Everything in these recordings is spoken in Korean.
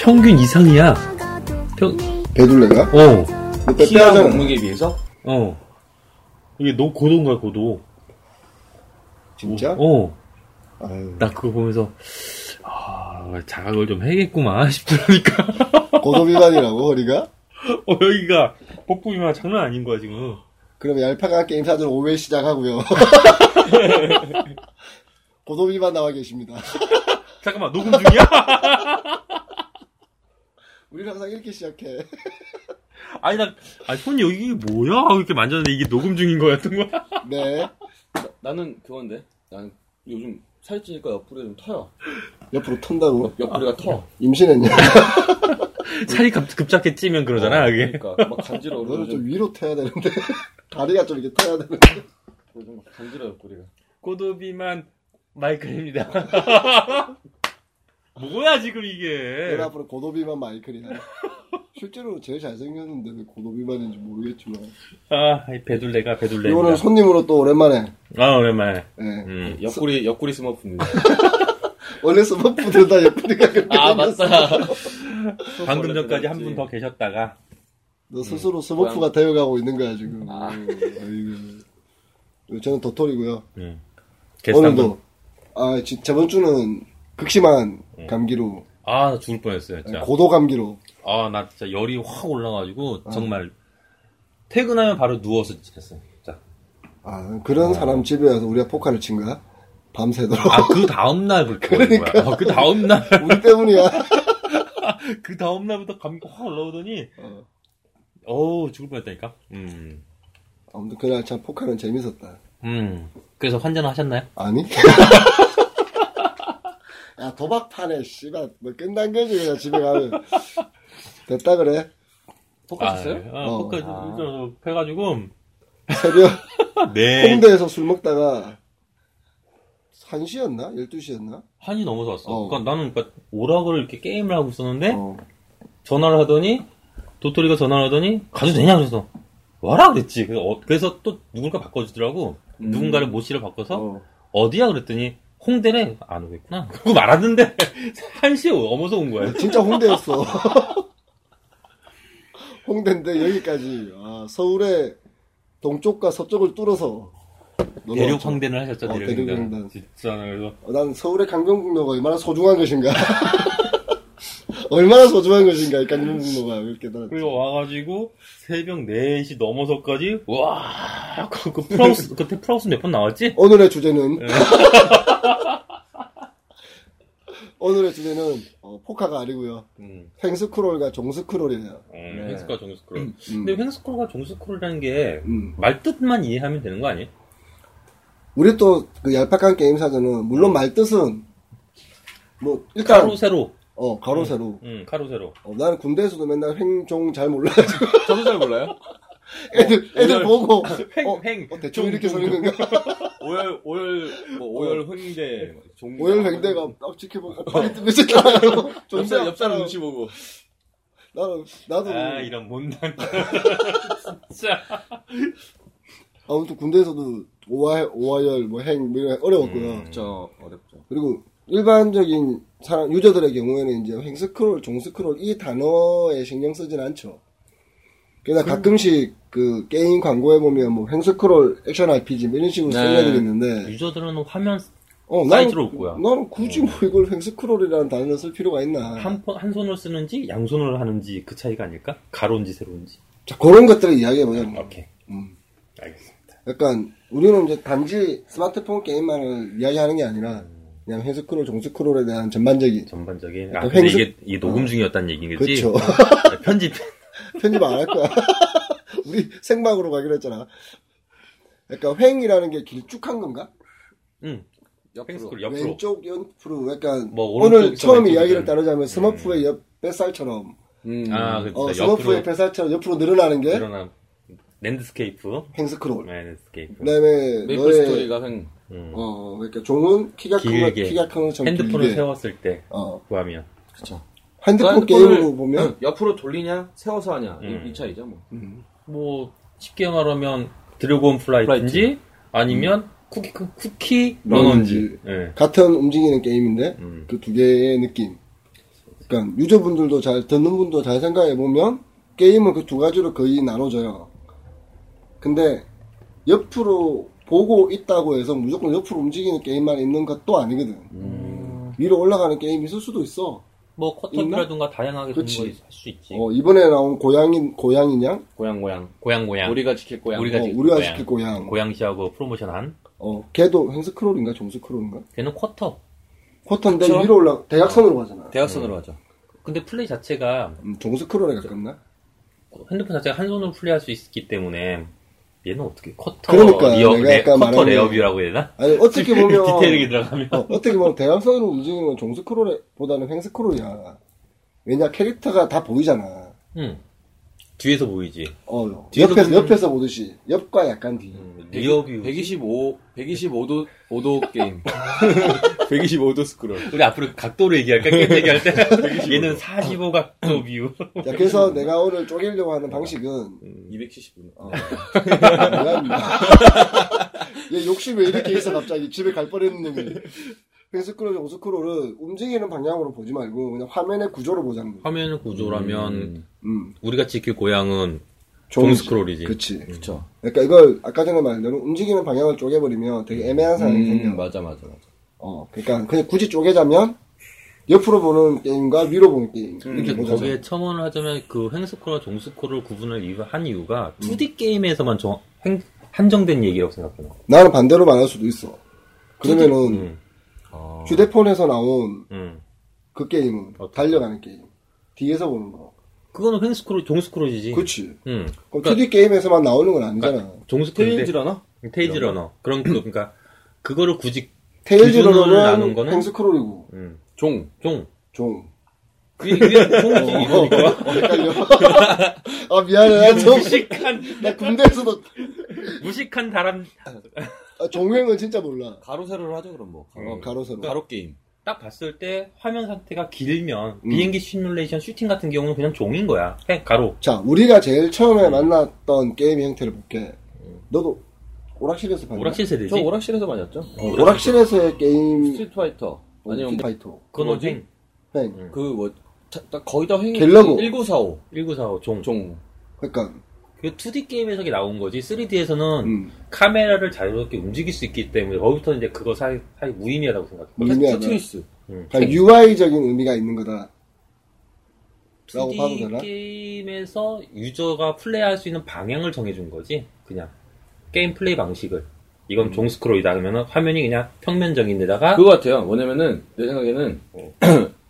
평균 이상이야. 평, 배둘레가? 어, 그 키하고 뭐. 빼빼하잖아. 몸무게에 비해서 어. 이게 너무 고도인가, 고도. 진짜? 어. 아유, 나 그거 보면서, 아, 자각을 좀 해야겠구만 싶더라니까. 고도 비만이라고 허리가? 어, 여기가 복부비만 장난 아닌 거야, 지금. 그럼 얄팍한 게임 사전 5회 시작하고요. 고도 비만 나와 계십니다. 잠깐만, 녹음 중이야? 우리 항상 이렇게 시작해. 아니, 나, 아니, 손이 여기 이게 뭐야? 하고 이렇게 만졌는데 이게 녹음 중인 거였던 거야? 네. 나는 그건데 나는 요즘 살찌니까 옆구리가 좀 터요. 옆으로 턴다고. 아, 옆구리가 터. 임신했냐? 살이 급, 급작게 찌면 어. 그러잖아, 이게. 그러니까 막 간지러워. 너는 좀 요즘, 위로 태야 되는데. 다리가 좀 이렇게 태야 되는데. 요즘 막 간지러워 옆구리가. 고도비만 마이클입니다. 뭐야, 지금 이게. 네. 넌 앞으로 고도 비만 마이클이야. 실제로 제일 잘생겼는데 왜 고도 비만인지 모르겠지만. 아, 이 배둘레가 네, 배둘레입니다. 이거는 손님으로 또 오랜만에. 아, 오랜만에. 예. 음. 아, 옆구리 옆구리 스머프입니다. 원래 스머프들 다 예쁘니까 그렇게 아 맞다. 방금 전까지 한 분 더 계셨다가. 너 스스로 스머프가 고양- 되어가고 있는 거야 지금. 아. 아이고. 저는 도토리고요. 음. 게스트 한 분. 오늘도 아 지- 저번 주는 극심한 음. 감기로 아, 나 죽을 뻔했어요, 진짜. 고도 감기로 아, 나 진짜 열이 확 올라가지고, 정말. 퇴근하면 바로 누워서 지냈어요, 진짜. 아, 그런 사람 집에 와서 우리가 포카를 친 거야 밤새도록 아, 그 다음날 그렇게 그러니까. 거야. 아, 그 다음날. 우리 때문이야. 그 다음날부터 감기가 확 올라오더니, 어. 어우, 죽을 뻔했다니까. 음. 아무튼 그날 참 포카는 재밌었다. 음. 그래서 환전을 하셨나요? 아니? 야 도박판에 씨발 뭐 끝난 거지 그냥 집에 가면 됐다 그래 포커스요? 아, 어. 포카 아. 좀 해가지고. 새벽 네. 홍대에서 술 먹다가 1시였나 12시였나 한이 넘어서 왔어. 어. 그러니까 나는 그러니까 오락을 이렇게 게임을 하고 있었는데 어. 전화를 하더니 도토리가 전화를 하더니 가도 되냐 그래서 와라 그랬지. 그래서, 어- 그래서 또 누군가 바꿔주더라고. 음. 누군가를 모씨를 바꿔서 어. 어. 디야 그랬더니 홍대래 안 오겠구나. 그거 말았는데 한 시에 넘어서 온 거야. 진짜 홍대였어. 홍대인데 여기까지 아, 서울의 동쪽과 서쪽을 뚫어서 놀러 대륙 왔죠. 황대를 하셨죠 어, 대륙 대륙 황대. 황대. 진짜 그래서 어, 난 서울의 강변북로가 얼마나 소중한 것인가. 얼마나 소중한 것인가 이 강변북로가 이렇게 나. 그리고 와가지고 새벽 4시 넘어서까지 와. 그, 그 프라우스 그때 프라우스 몇 번 나왔지? 네. 오늘의 주제는 오늘의 주제는 어, 포카가 아니고요. 음. 횡스크롤과 종스크롤이에요. 음, 네. 횡스크롤 정스크롤. 음, 근데 횡스크롤과 종스크롤이라는 게 음. 말뜻만 이해하면 되는 거 아니에요? 우리 또 그 얄팍한 게임 사전은 물론 말뜻은 뭐 일단 가로 세로. 어 가로 세로 응, 가로 세로. 어, 나는 군대에서도 맨날 횡종 잘 몰라가지고 저도 잘 몰라요. 애들 애들 오늘- 보고 횡, 어, 횡. 어, 대충 종, 이렇게 어. 종, 서는 건가 오열 오열 그 뭐 오열 횡대 종 오열 횡대가 딱 지켜보고 빨리 뜨고 있었잖아요 옆사람 옆사람 눈치 보고 나도 나도 아, 이런 못난. 진짜. 아무튼 군대에서도 오화 오화열 뭐행 이런 거 어려웠고요 음. 그쵸 어렵죠. 그리고 일반적인 사람 유저들의 경우에는 이제 횡 스크롤 종 스크롤 이 단어에 신경 쓰진 않죠 그러나 가끔씩 그 게임 광고에 보면 뭐횡 스크롤 액션 RPG 뭐 이런 식으로 네. 쓰는 애들이 있는데 유저들은 화면 어, 사이즈로 올 거야. 나는 굳이 뭐 이걸 횡스크롤이라는 단어를 쓸 필요가 있나. 한, 번- 한 손을 쓰는지 양손으로 하는지 그 차이가 아닐까? 가로인지 세로인지. 자, 그런 것들을 이야기해보자. 오케이. 음. 알겠습니다. 약간, 우리는 이제 단지 스마트폰 게임만을 이야기하는 게 아니라, 그냥 횡스크롤, 종스크롤에 대한 전반적인 전반적인. 아, 그 근데 횡스- 이게, 이게 녹음 중이었다는 얘기겠지? 그쵸. 편집. 편집 안 할 거야. 우리 생방으로 가기로 했잖아. 약간 횡이라는 게 길쭉한 건가? 응, 옆으로 횡스크롤 옆으로. 왼쪽 옆으로 약간 뭐 오늘 오른쪽이든 처음 왼쪽이든. 이야기를 따르자면 스머프의 옆 뱃살처럼 음. 아, 네. 그치. 어, 스머프의 옆으로 뱃살처럼 옆으로 늘어나는 게 일어나. 랜드스케이프. 횡스크롤. 네, 랜드스케이프. 그다음에 메이플 너의 스토리가 횡 음. 어, 그러니까 종은 키가 큰 길게. 키가 큰 것처럼 핸드폰을 길게. 세웠을 때 어, 구하면. 핸드폰 그러니까 핸드폰을- 게임으로 보면 응, 옆으로 돌리냐 세워서 하냐 이- 음. 이 차이죠 뭐. 뭐 쉽게 말하면 드래곤 플라이트인지 아니면 쿠키 그 쿠키 러너인지. 러너인지. 예. 같은 움직이는 게임인데 음. 그 두 개의 느낌. 그러니까 유저분들도 잘 듣는 분도 잘 생각해 보면 게임을 그 두 가지로 거의 나눠져요. 근데 옆으로 보고 있다고 해서 무조건 옆으로 움직이는 게임만 있는 것도 아니거든. 위로 올라가는 게임이 있을 수도 있어. 뭐 커터라든가 다양하게 그치. 공부할수 있지. 어, 이번에 나온 고양이 고양이냥 고양 고양. 고양 고양. 우리가 지킬 고양. 우리가 어, 지금 우리가 고양. 시킬 고양. 고양시하고 프로모션한 어, 걔도 행스크롤인가 종스크롤인가? 걔는 쿼터. 쿼터인데 그쵸? 위로 올라 대각선으로 가잖아. 대학선으로 하자. 근데 플레이 자체가 음, 종스크롤에 가깝나? 핸드폰 자체가 한 손으로 플레이할 수 있기 때문에 얘는 어떻게 쿼터 그러니까 리어 내가 레, 아까 쿼터 말한 레어뷰라고 해야 되나? 아니 어떻게 보면 디테일하게 들어가면 어, 어떻게 보면 대각선으로 움직이는 건 종스크롤보다는 횡스크롤이야. 왜냐 캐릭터가 다 보이잖아. 응. 뒤에서 보이지. 어, 뒤에서 옆에서 보면- 옆에서 보듯이 옆과 약간 뒤. 음. 그 리어뷰. 125 125도 5도 게임. 125도 스크롤. 우리 앞으로 각도로 얘기할까? 게임 얘기할 때 얘는 45각도 뷰. 자, 그래서 내가 오늘 쪼개려고 하는 음. 방식은 270분. 어, 뭐야, 임마. 얘 욕심 왜 이렇게 있어 갑자기 집에 갈 뻔했는 놈이. 횡스크롤, 종스크롤은 움직이는 방향으로 보지 말고 그냥 화면의 구조를 보자는 거야. 화면 구조라면 음, 우리가 지킬 고향은 종스크롤이지. 음. 그치. 그렇죠. 그러니까 이걸 아까 전에 말한 대로 움직이는 방향을 쪼개버리면 되게 애매한 상황이 생겨. 음, 맞아 맞아 맞아. 어, 그러니까 그냥 굳이 쪼개자면 옆으로 보는 게임과 위로 보는 게임. 이렇게 근데 보자죠. 거기에 첨언을 하자면 그 횡스크롤과 종스크롤 구분을 이유- 한 이유가 2D 게임에서만 정, 행- 한정된 얘기라고 생각해요. 나는 반대로 말할 수도 있어. 그러면은 음, 아. 휴대폰에서 나온 음. 그 게임은 어떤? 달려가는 게임. 뒤에서 보는 거. 그거는 횡스크롤, 종스크롤이지. 그렇지. 음. 그럼 2D 게임에서만 나오는 건 아니잖아. 그러니까 종스크롤. 테일즈라나? 테이지 러너. 그런, 그, 그니까, 그거를 굳이, 기준으로 나눈 테일즈로는 거는? 횡스크롤이고 음, 종. 종. 종. 그게, 그게 종이지, 이거니까. 어, 헷갈려. 아 미안해. 나, 좀, 무식한, 나 군대에서도 무식한 다람, 아, 종횡은 진짜 몰라. 가로 세로로 하죠 그럼 뭐. 음. 어, 가로세로. 그러니까 가로 게임. 딱 봤을 때 화면 상태가 길면, 음. 비행기 시뮬레이션 슈팅 같은 경우는 그냥 종인 거야. 해, 가로. 자, 우리가 제일 처음에 만났던 게임 형태를 볼게. 너도 오락실에서 봤나? 오락실 세대지. 저 오락실에서 많이 했죠. 어, 오락실에서의 게임 어, 스트리트 파이터. 아니면 파이터. 그건 뭐지? 음. 뭐지? 네. 그뭐 거의 다 횡. 갤러그. 1945. 1945 종. 종. 그러니까 그 2D 게임에서 이게 나온 거지. 3D에서는 음, 카메라를 자유롭게 움직일 수 있기 때문에 거기부터는 이제 그거 사이, 사이 무의미하다고 생각해. 의미하다. 뭐, 테트리스. 음. 그러니까 UI적인 의미가 있는 거다. 라고 봐도 2D 되나? 게임에서 유저가 플레이할 수 있는 방향을 정해준 거지. 그냥 게임 플레이 방식을. 이건 종스크롤이다 그러면은 화면이 그냥 평면적인 데다가 그거 같아요. 뭐냐면은 내 생각에는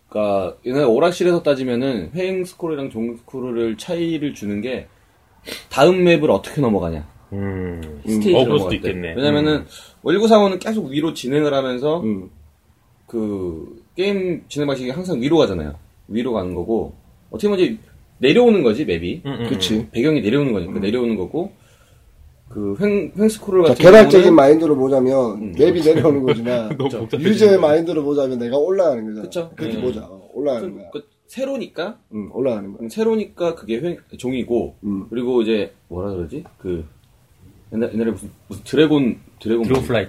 그러니까 옛날 오락실에서 따지면은 횡 스크롤이랑 종 스크롤을 차이를 주는 게 다음 맵을 어떻게 넘어가냐. 음. 스테이지로 어, 그럴 수도 넘어갈 때. 음. 있겠네. 왜냐면은 1945는 계속 위로 진행을 하면서 음. 그 게임 진행 방식이 항상 위로 가잖아요. 위로 가는 거고 어떻게 보면 이제 내려오는 거지 맵이. 음, 음, 그치. 음. 배경이 내려오는 거니까 내려오는 거고 그횡 스크롤 자, 같은 개발적인 경우는 마인드로 보자면 음. 맵이 내려오는 거지만 그렇죠. 너무 복잡해. 유저의 마인드로 보자면 내가 올라가는 거잖아. 그쵸. 그렇게 음. 보자. 어, 올라가는 거야. 그 세로니까 음, 올라가는 거야. 세로니까 그게 횡, 종이고 음. 그리고 이제 뭐라 그러지 그 옛날, 옛날에 무슨, 무슨 드래곤 드래곤 드로플라이.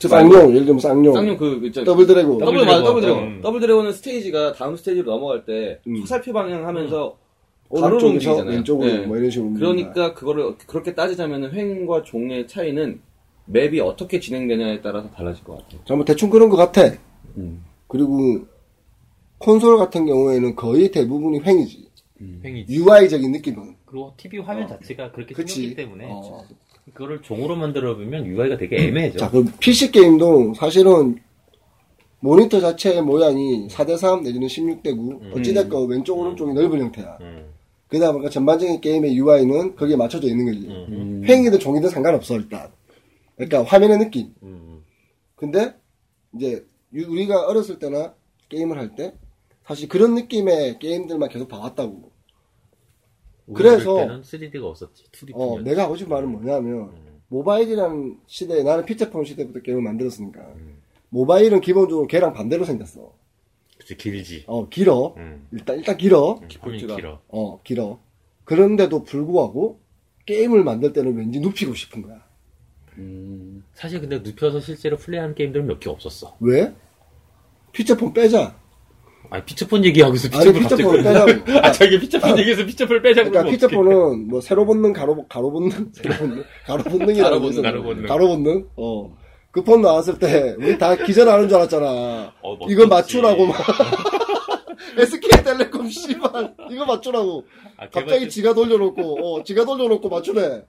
쌍용 쌍용, 예를 들면 쌍용. 그 쌍용 그 있잖아 더블 드래곤. 더블 더블 맞아 더블 드래곤. 드래곤 음. 더블 드래곤은 스테이지가 다음 스테이지로 넘어갈 때 음. 화살표 방향 하면서 가로로 오른쪽에서 움직이잖아요 왼쪽으로 예. 뭐 이런 식으로 움직인다. 그러니까 그거를 그렇게 따지자면 횡과 종의 차이는 맵이 어떻게 진행되냐에 따라서 달라질 것 같아요 자, 뭐 대충 그런 것 같아. 음. 그리고 콘솔 같은 경우에는 거의 대부분이 횡이지. 횡이지. UI적인 느낌은. 그리고 TV 화면 자체가 네, 그렇게 그치. 생겼기 때문에 어. 그거를 종으로 만들어 보면 UI가 되게 애매해져. 자, 그럼 PC 게임도 사실은 모니터 자체의 모양이 4대3 내지는 16대9 어찌됐건 왼쪽 오른쪽이 넓은 형태야. 음. 그다 보니까 전반적인 게임의 UI는 거기에 맞춰져 있는 거지. 음. 횡이든 종이든 상관없어 일단. 그러니까 화면의 느낌. 음. 근데 이제 유- 우리가 어렸을 때나 게임을 할 때 사실 그런 느낌의 게임들만 계속 봐왔다고. 그래서- 우리 때는 3D가 없었지. 2D 뿐이었지. 어, 내가 하고 싶은 말은 뭐냐면, 음. 모바일이라는 시대에, 나는 피처폰 시대부터 게임을 만들었으니까, 음. 모바일은 기본적으로 걔랑 반대로 생겼어. 그치, 길지. 어, 길어. 음. 일단, 일단 길어. 폰이 볼트가. 길어. 어, 길어. 그런데도 불구하고, 게임을 만들 때는 왠지 눕히고 싶은 거야. 음. 사실 근데 눕혀서 실제로 플레이하는 게임들은 몇 개 없었어. 왜? 피처폰 빼자. 아니 피처폰 얘기하고 있어 아니 피처폰 갑자기 피처폰을 빼자고 아 저기 피처폰 얘기해서 피처폰 빼자고 그러니까 그러면 피처폰은 뭐 세로 본능 가로 가로 본능 세로 본능 가로 본능이라고 가로 본능, 가로 본능. 가로 본능 어그 폰 나왔을 때 우리 다 기절하는 줄 알았잖아 어, 멋지지. 이거 맞추라고 막 SK텔레콤 씨발 이거 맞추라고 어떡해. 아, 갑자기 개발- 지가 돌려놓고 어 지가 돌려놓고 맞추래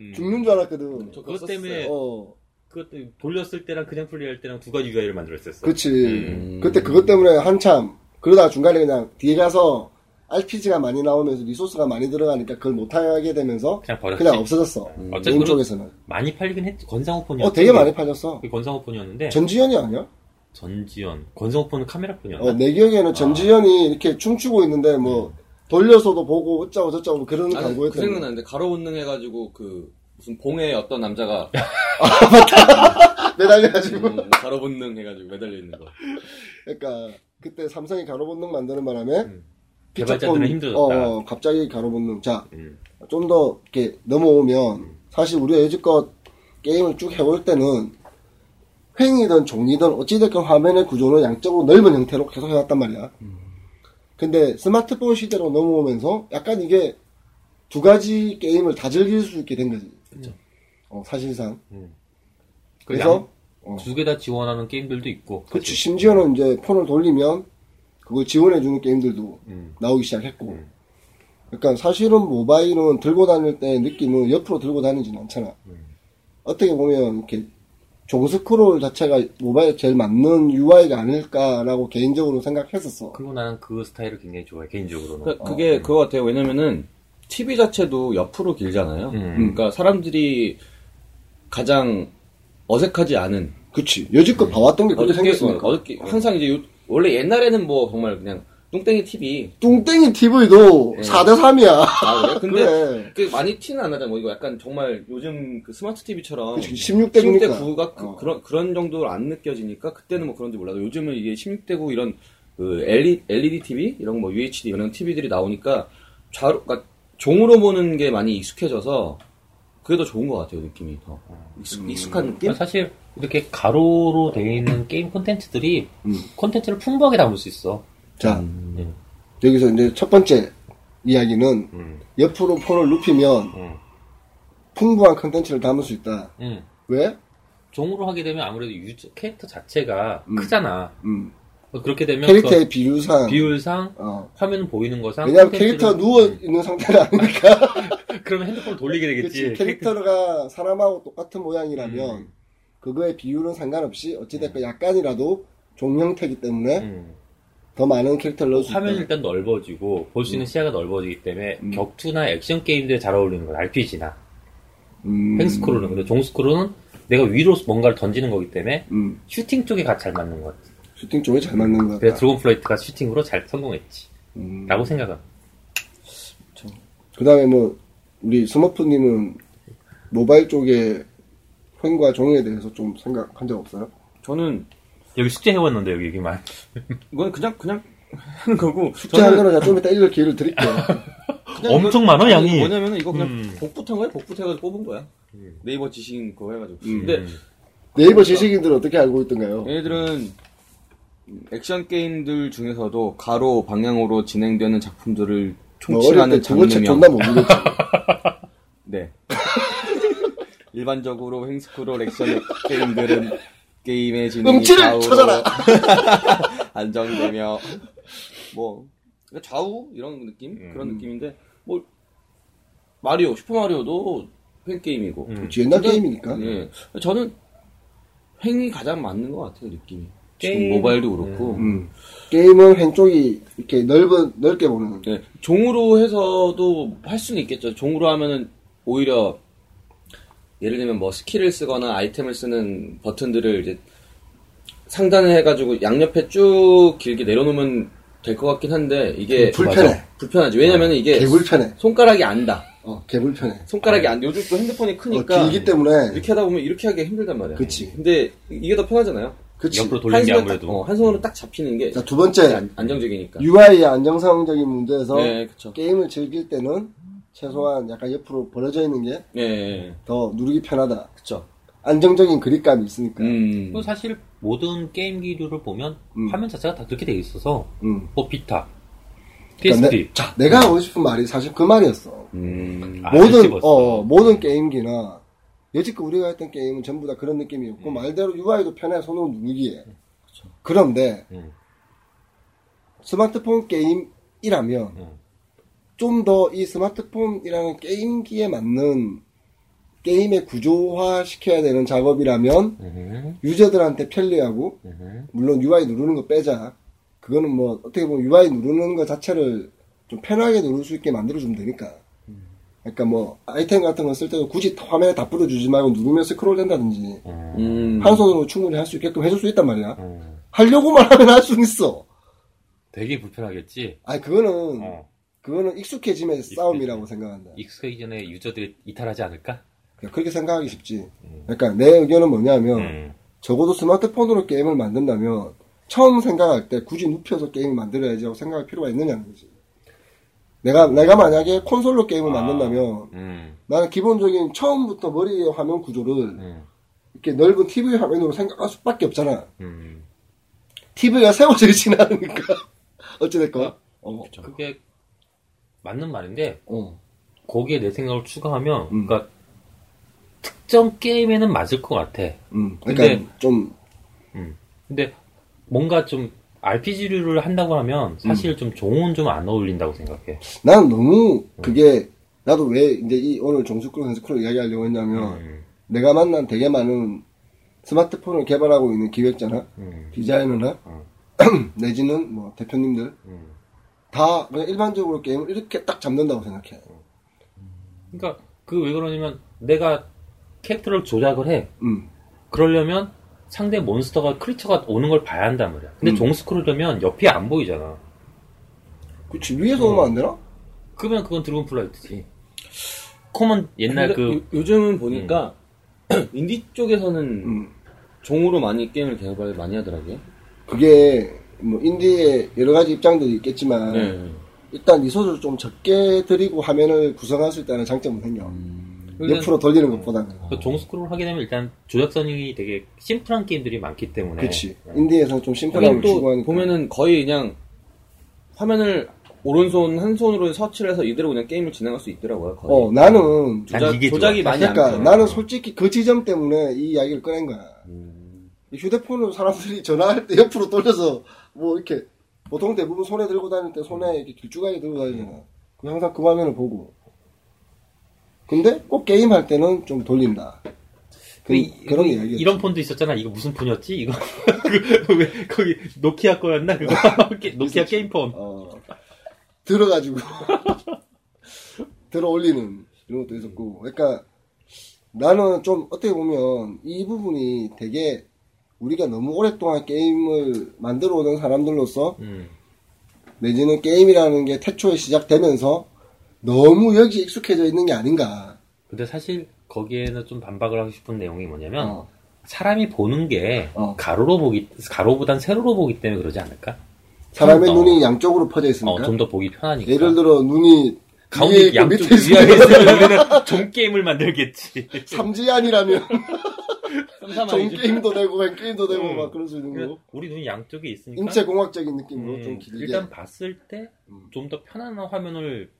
음. 죽는 줄 알았거든 저 그것 때문에 어 그것 때문에 돌렸을 때랑 그냥 플레이할 때랑 두 가지 UI를 만들었었어. 그치 음. 그때 그것 때문에 한참 그러다가 중간에 그냥 뒤에 가서 RPG가 많이 나오면서 리소스가 많이 들어가니까 그걸 못하게 되면서 그냥 버렸지. 음. 그냥 없어졌어 어쨌든 게임 그런- 쪽에서는 많이 팔리긴 했지. 권상우 폰이었어. 어 되게 많이 팔렸어 그게 권상우 폰이었는데 전지현이 아니야? 전지현, 권상우 폰은 카메라 폰이었나? 어, 내 기억에는 전지현이 이렇게 춤추고 있는데 뭐 네. 돌려서도 보고 어쩌고 저쩌고 뭐 그런 아니, 그 광고였던 거. 생각나는데 가로 본능 해가지고 그 무슨 봉에 어떤 남자가 매달려가지고 음, 가로 본능 해가지고 매달려 있는 거. 그러니까 그때 삼성이 가로본능 만드는 바람에 음. 개발자들은 피처폰, 힘들어졌다. 어, 어, 갑자기 가로본능 음. 자좀 더 이렇게 넘어오면 사실 우리가 여지껏 게임을 쭉 해올 때는 횡이든 종이든 어찌됐건 화면의 구조는 양적으로 넓은 형태로 계속 해왔단 말이야 근데 스마트폰 시대로 넘어오면서 약간 이게 두 가지 게임을 다 즐길 수 있게 된 거지 그쵸. 어, 사실상 음. 그래서 어. 두 개 다 지원하는 게임들도 있고. 그치 심지어는 이제 폰을 돌리면 그걸 지원해주는 게임들도 음. 나오기 시작했고 음. 그러니까 사실은 모바일은 들고 다닐 때 느낌은 옆으로 들고 다니진 않잖아 음. 어떻게 보면 이렇게 종스크롤 자체가 모바일에 제일 맞는 UI가 아닐까라고 개인적으로 생각했었어 그리고 나는 그 스타일을 굉장히 좋아해 개인적으로는. 그러니까 그게 그거 같아요. 왜냐면은 TV 자체도 옆으로 길잖아요. 음. 그러니까 사람들이 가장 어색하지 않은 그치 여지껏 봐왔던 게 그렇게 생겼으니까 어저께 항상 이제 요- 원래 옛날에는 뭐 정말 그냥 뚱땡이 TV 뚱땡이 TV도 4대3이야 네. 아 그래? 근데 그래 그 많이 티는 안 나잖아. 뭐 이거 약간 정말 요즘 그 스마트 TV처럼 그치, 16대 9 니까. 9가 어. 그런 그런 정도로 안 느껴지니까 그때는 뭐 그런지 몰라도 요즘은 이게 16대 9 이런 그 LED, LED TV 이런 뭐 UHD 이런 TV들이 나오니까 좌로 그러니까 종으로 보는 게 많이 익숙해져서 그게 더 좋은 것 같아요 느낌이 더 익숙, 익숙한 느낌. 그러니까 사실 이렇게 가로로 되어 있는 게임 콘텐츠들이 음. 콘텐츠를 풍부하게 담을 수 있어. 자 네. 여기서 이제 첫 번째 이야기는 음. 옆으로 폰을 눕히면 음. 풍부한 컨텐츠를 담을 수 있다. 음. 왜? 종으로 하게 되면 아무래도 유저 캐릭터 자체가 크잖아. 뭐 음. 그렇게 되면 캐릭터의 비율상. 그 비율상 어. 화면 보이는 거상 왜냐하면 콘텐츠를- 캐릭터 누워 있는 상태는 아니니까. 그러면 핸드폰을 돌리게 그치. 되겠지. 캐릭터가 사람하고 똑같은 모양이라면 음. 그거의 비율은 상관없이 어찌됐건 약간이라도 종형태이기 때문에 음. 더 많은 캐릭터를 넣을 수 있다. 화면이 일단 넓어지고 볼 수 음. 있는 시야가 넓어지기 때문에 격투나 액션 게임들에 잘 어울리는 건 RPG나 음. 횡스크롤은 근데 종스크롤은 내가 위로 뭔가를 던지는 거기 때문에 음. 슈팅 쪽에 가 잘 맞는 것 같아. 슈팅 쪽에 잘 맞는 것 그래서 같다. 드래곤 플레이트가 슈팅으로 잘 성공했지. 그러니까. 음. 라고 생각합니다. 그 다음에 뭐, 우리 스머프님은 모바일 쪽에 횡과 종에 대해서 좀 생각한 적 없어요? 저는 여기 숙제 해왔는데 여기 음. 얘기만. 이건 그냥 그냥 하는 거고 숙제한 저는 거는 제가 좀 이따 읽을 기회를 드릴게요. 그냥 엄청 이거- 많아, 양이. 아니, 뭐냐면 이거 그냥 음. 예. 복붙한 거야 복붙해가지고 뽑은 거야 네이버 지식인 그거 해가지고 근데 음. 네이버 지식인들은 어떻게 알고 있던가요? 얘들은 액션 게임들 중에서도 가로 방향으로 진행되는 작품들을 뭐 어릴 때 총칭하는 그거 책 장르명. 존나 못 읽었지. 네. 일반적으로 횡스크롤 액션 게임들은 게임의 진행이 음치를 좌우로 쳐줘라. 안정되며 뭐 그러니까 좌우 이런 느낌 음. 그런 느낌인데 뭐 마리오 슈퍼 마리오도 횡 게임이고 음. 옛날 근데- 게임이니까. 예. 저는 횡이 가장 맞는 것 같아요, 느낌이. 지금 게임- 모바일도 그렇고. 음. 게임은 왼쪽이 이렇게 넓은, 넓게 보는. 예. 종으로 해서도 할 수는 있겠죠. 종으로 하면은 오히려 예를 들면 뭐 스킬을 쓰거나 아이템을 쓰는 버튼들을 이제 상단을 해가지고 양옆에 쭉 길게 내려놓으면 될 것 같긴 한데 이게 좀 불편해. 어, 맞아. 불편하지. 왜냐면 이게 개불편해. 손가락이 안다. 어, 개불편해. 손가락이 안. 요즘 또 핸드폰이 크니까 어, 길기 때문에. 그러니까 이렇게 하다 보면 이렇게 하기 힘들단 말이야. 그치. 근데 이게 더 편하잖아요. 그치. 옆으로 돌리는 게 한 손으로 아무래도. 딱, 어, 한 손으로 딱 잡히는 게 자, 두 번째. 안- 안정적이니까. UI의 안정성적인 문제에서 네, 그쵸. 게임을 즐길 때는 최소한 약간 옆으로 벌어져 있는 예, 예, 예. 게 더 누르기 편하다. 그쵸. 안정적인 그립감이 있으니까. 음. 음. 그리고 사실 모든 게임 기류를 보면 음. 화면 자체가 다 그렇게 되어 있어서 뭐 비타, PSP, 그러니까 내, 자, 내가 하고 싶은 말이 사실 그 말이었어. 음. 아, 모든 뒤집었어. 어, 모든 게임기나 여지껏 우리가 했던 게임은 전부 다 그런 느낌이었고 음. 말대로 UI도 편해 손으로 누르기에. 그런데 그렇죠. 음. 스마트폰 게임이라면 음. 좀 더 이 스마트폰이라는 게임기에 맞는 게임의 구조화 시켜야 되는 작업이라면 음, 유저들한테 편리하고 음, 물론 UI 누르는 거 빼자. 그거는 뭐 어떻게 보면 UI 누르는 거 자체를 좀 편하게 누를 수 있게 만들어주면 되니까. 그러니까 뭐 아이템 같은 거 쓸 때도 굳이 화면에 다 뿌려주지 말고 누르면 스크롤 된다든지 음, 음. 한 손으로 충분히 할 수 있게끔 해줄 수 있단 말이야. 음. 하려고만 하면 할 수는 있어. 되게 불편하겠지. 아니 그거는 어. 그거는 익숙해짐의 싸움이라고 생각한다. 그러니까 익숙하기 전에 유저들이 이탈하지 않을까? 그냥 그렇게 생각하기 쉽지. 음. 그러니까 내 의견은 뭐냐면 음. 적어도 스마트폰으로 게임을 만든다면 처음 생각할 때 굳이 눕혀서 게임을 만들어야지 하고 생각할 필요가 있느냐는 거지. 내가, 내가 만약에 콘솔로 게임을 아. 만든다면 음, 나는 기본적인 처음부터 머리의 화면 구조를 음, 이렇게 넓은 TV 화면으로 생각할 수밖에 없잖아. 음. TV가 세워져 있진 않으니까. 어찌됐건. 어, 아, 그게 맞는 말인데 어. 거기에 내 생각을 추가하면 음. 그러니까 특정 게임에는 맞을 것 같아. 음. 그러니까 근데- 좀, 음. 근데 뭔가 좀 RPG류를 한다고 하면 사실 좀 종은 좀 안 어울린다고 생각해. 난 너무 음. 그게 나도 왜 이제 이 오늘 종수크로 선수크로 이야기하려고 했냐면 음, 내가 만난 되게 많은 스마트폰을 개발하고 있는 기획자나 음, 디자이너나 내지는 뭐 대표님들 음. 다 그냥 일반적으로 게임을 이렇게 딱 잡는다고 생각해. 그러니까 그 왜 그러냐면 내가 캐릭터를 조작을 해. 음, 그러려면 상대 몬스터가 크리처가 오는 걸 봐야 한단 말이야. 근데 음. 종스크롤이면 옆이 안 보이잖아. 그치 위에서 오면 안 되나? 그러면 그건 드래곤 플라이트지. 콤은 옛날 근데 그 요, 요즘은 보니까 인디 쪽에서는 음, 종으로 많이 게임을 개발을 많이 하더라고요. 그게 뭐 인디의 여러 가지 입장들이 있겠지만 네. 일단 리소스를 좀 적게 들이고 화면을 구성할 수 있다는 장점은 생겨. 옆으로 돌리는 음. 것보다는. 그 종스크롤 하게 되면 일단 조작선이 되게 심플한 게임들이 많기 때문에. 그치. 인디에서는 좀 하긴 심플함을 또 추구하니까. 보면은 거의 그냥 화면을 오른손 한 손으로 서치를 해서 이대로 그냥 게임을 진행할 수 있더라고요. 거의. 어, 나는 난 조작, 이게 조작이 좋아. 많이 안 그러니까 돼요. 나는 솔직히 그 지점 때문에 이 이야기를 꺼낸 거야. 음. 이 휴대폰으로 사람들이 전화할 때 옆으로 돌려서 뭐 이렇게 보통 대부분 손에 들고 다닐 때 손에 이렇게 길쭉하게 들고 다니잖아. 그 항상 그 화면을 보고. 근데 꼭 게임 할 때는 좀 돌린다. 그, 이- 런 이- 이야기. 이런 폰도 있었잖아. 이거 무슨 폰이었지? 이거 그, 왜 거기 노키아 거였나? 그거 게- 노키아 게임 폰. 어, 들어가지고 들어 올리는 이런 것도 있었고. 그러니까 나는 좀 어떻게 보면 이 부분이 되게 우리가 너무 오랫동안 게임을 만들어 오는 사람들로서 음. 내지는 게임이라는 게 태초에 시작되면서 너무 여기 익숙해져 있는 게 아닌가. 근데 사실 거기에는 좀 반박을 하고 싶은 내용이 뭐냐면 어. 사람이 보는 게 어. 가로로 보기 가로보단 세로로 보기 때문에 그러지 않을까? 사람의 어. 눈이 양쪽으로 퍼져 있으니까. 어, 좀 더 보기 편하니까. 예를 들어 눈이 위에 가운데 있고 양쪽 밑에 있으면 위아래 있으면 우리는 종 게임을 만들겠지. 삼지안이라면 종 쌈삼아니죠. 게임도 되고 뱅 게임도 되고 음. 막 그럴 수 있는 거. 그러니까 우리 눈이 양쪽에 있으니까 인체공학적인 느낌으로 음, 좀 길게. 음. 일단 봤을 때 좀 더 편안한 화면을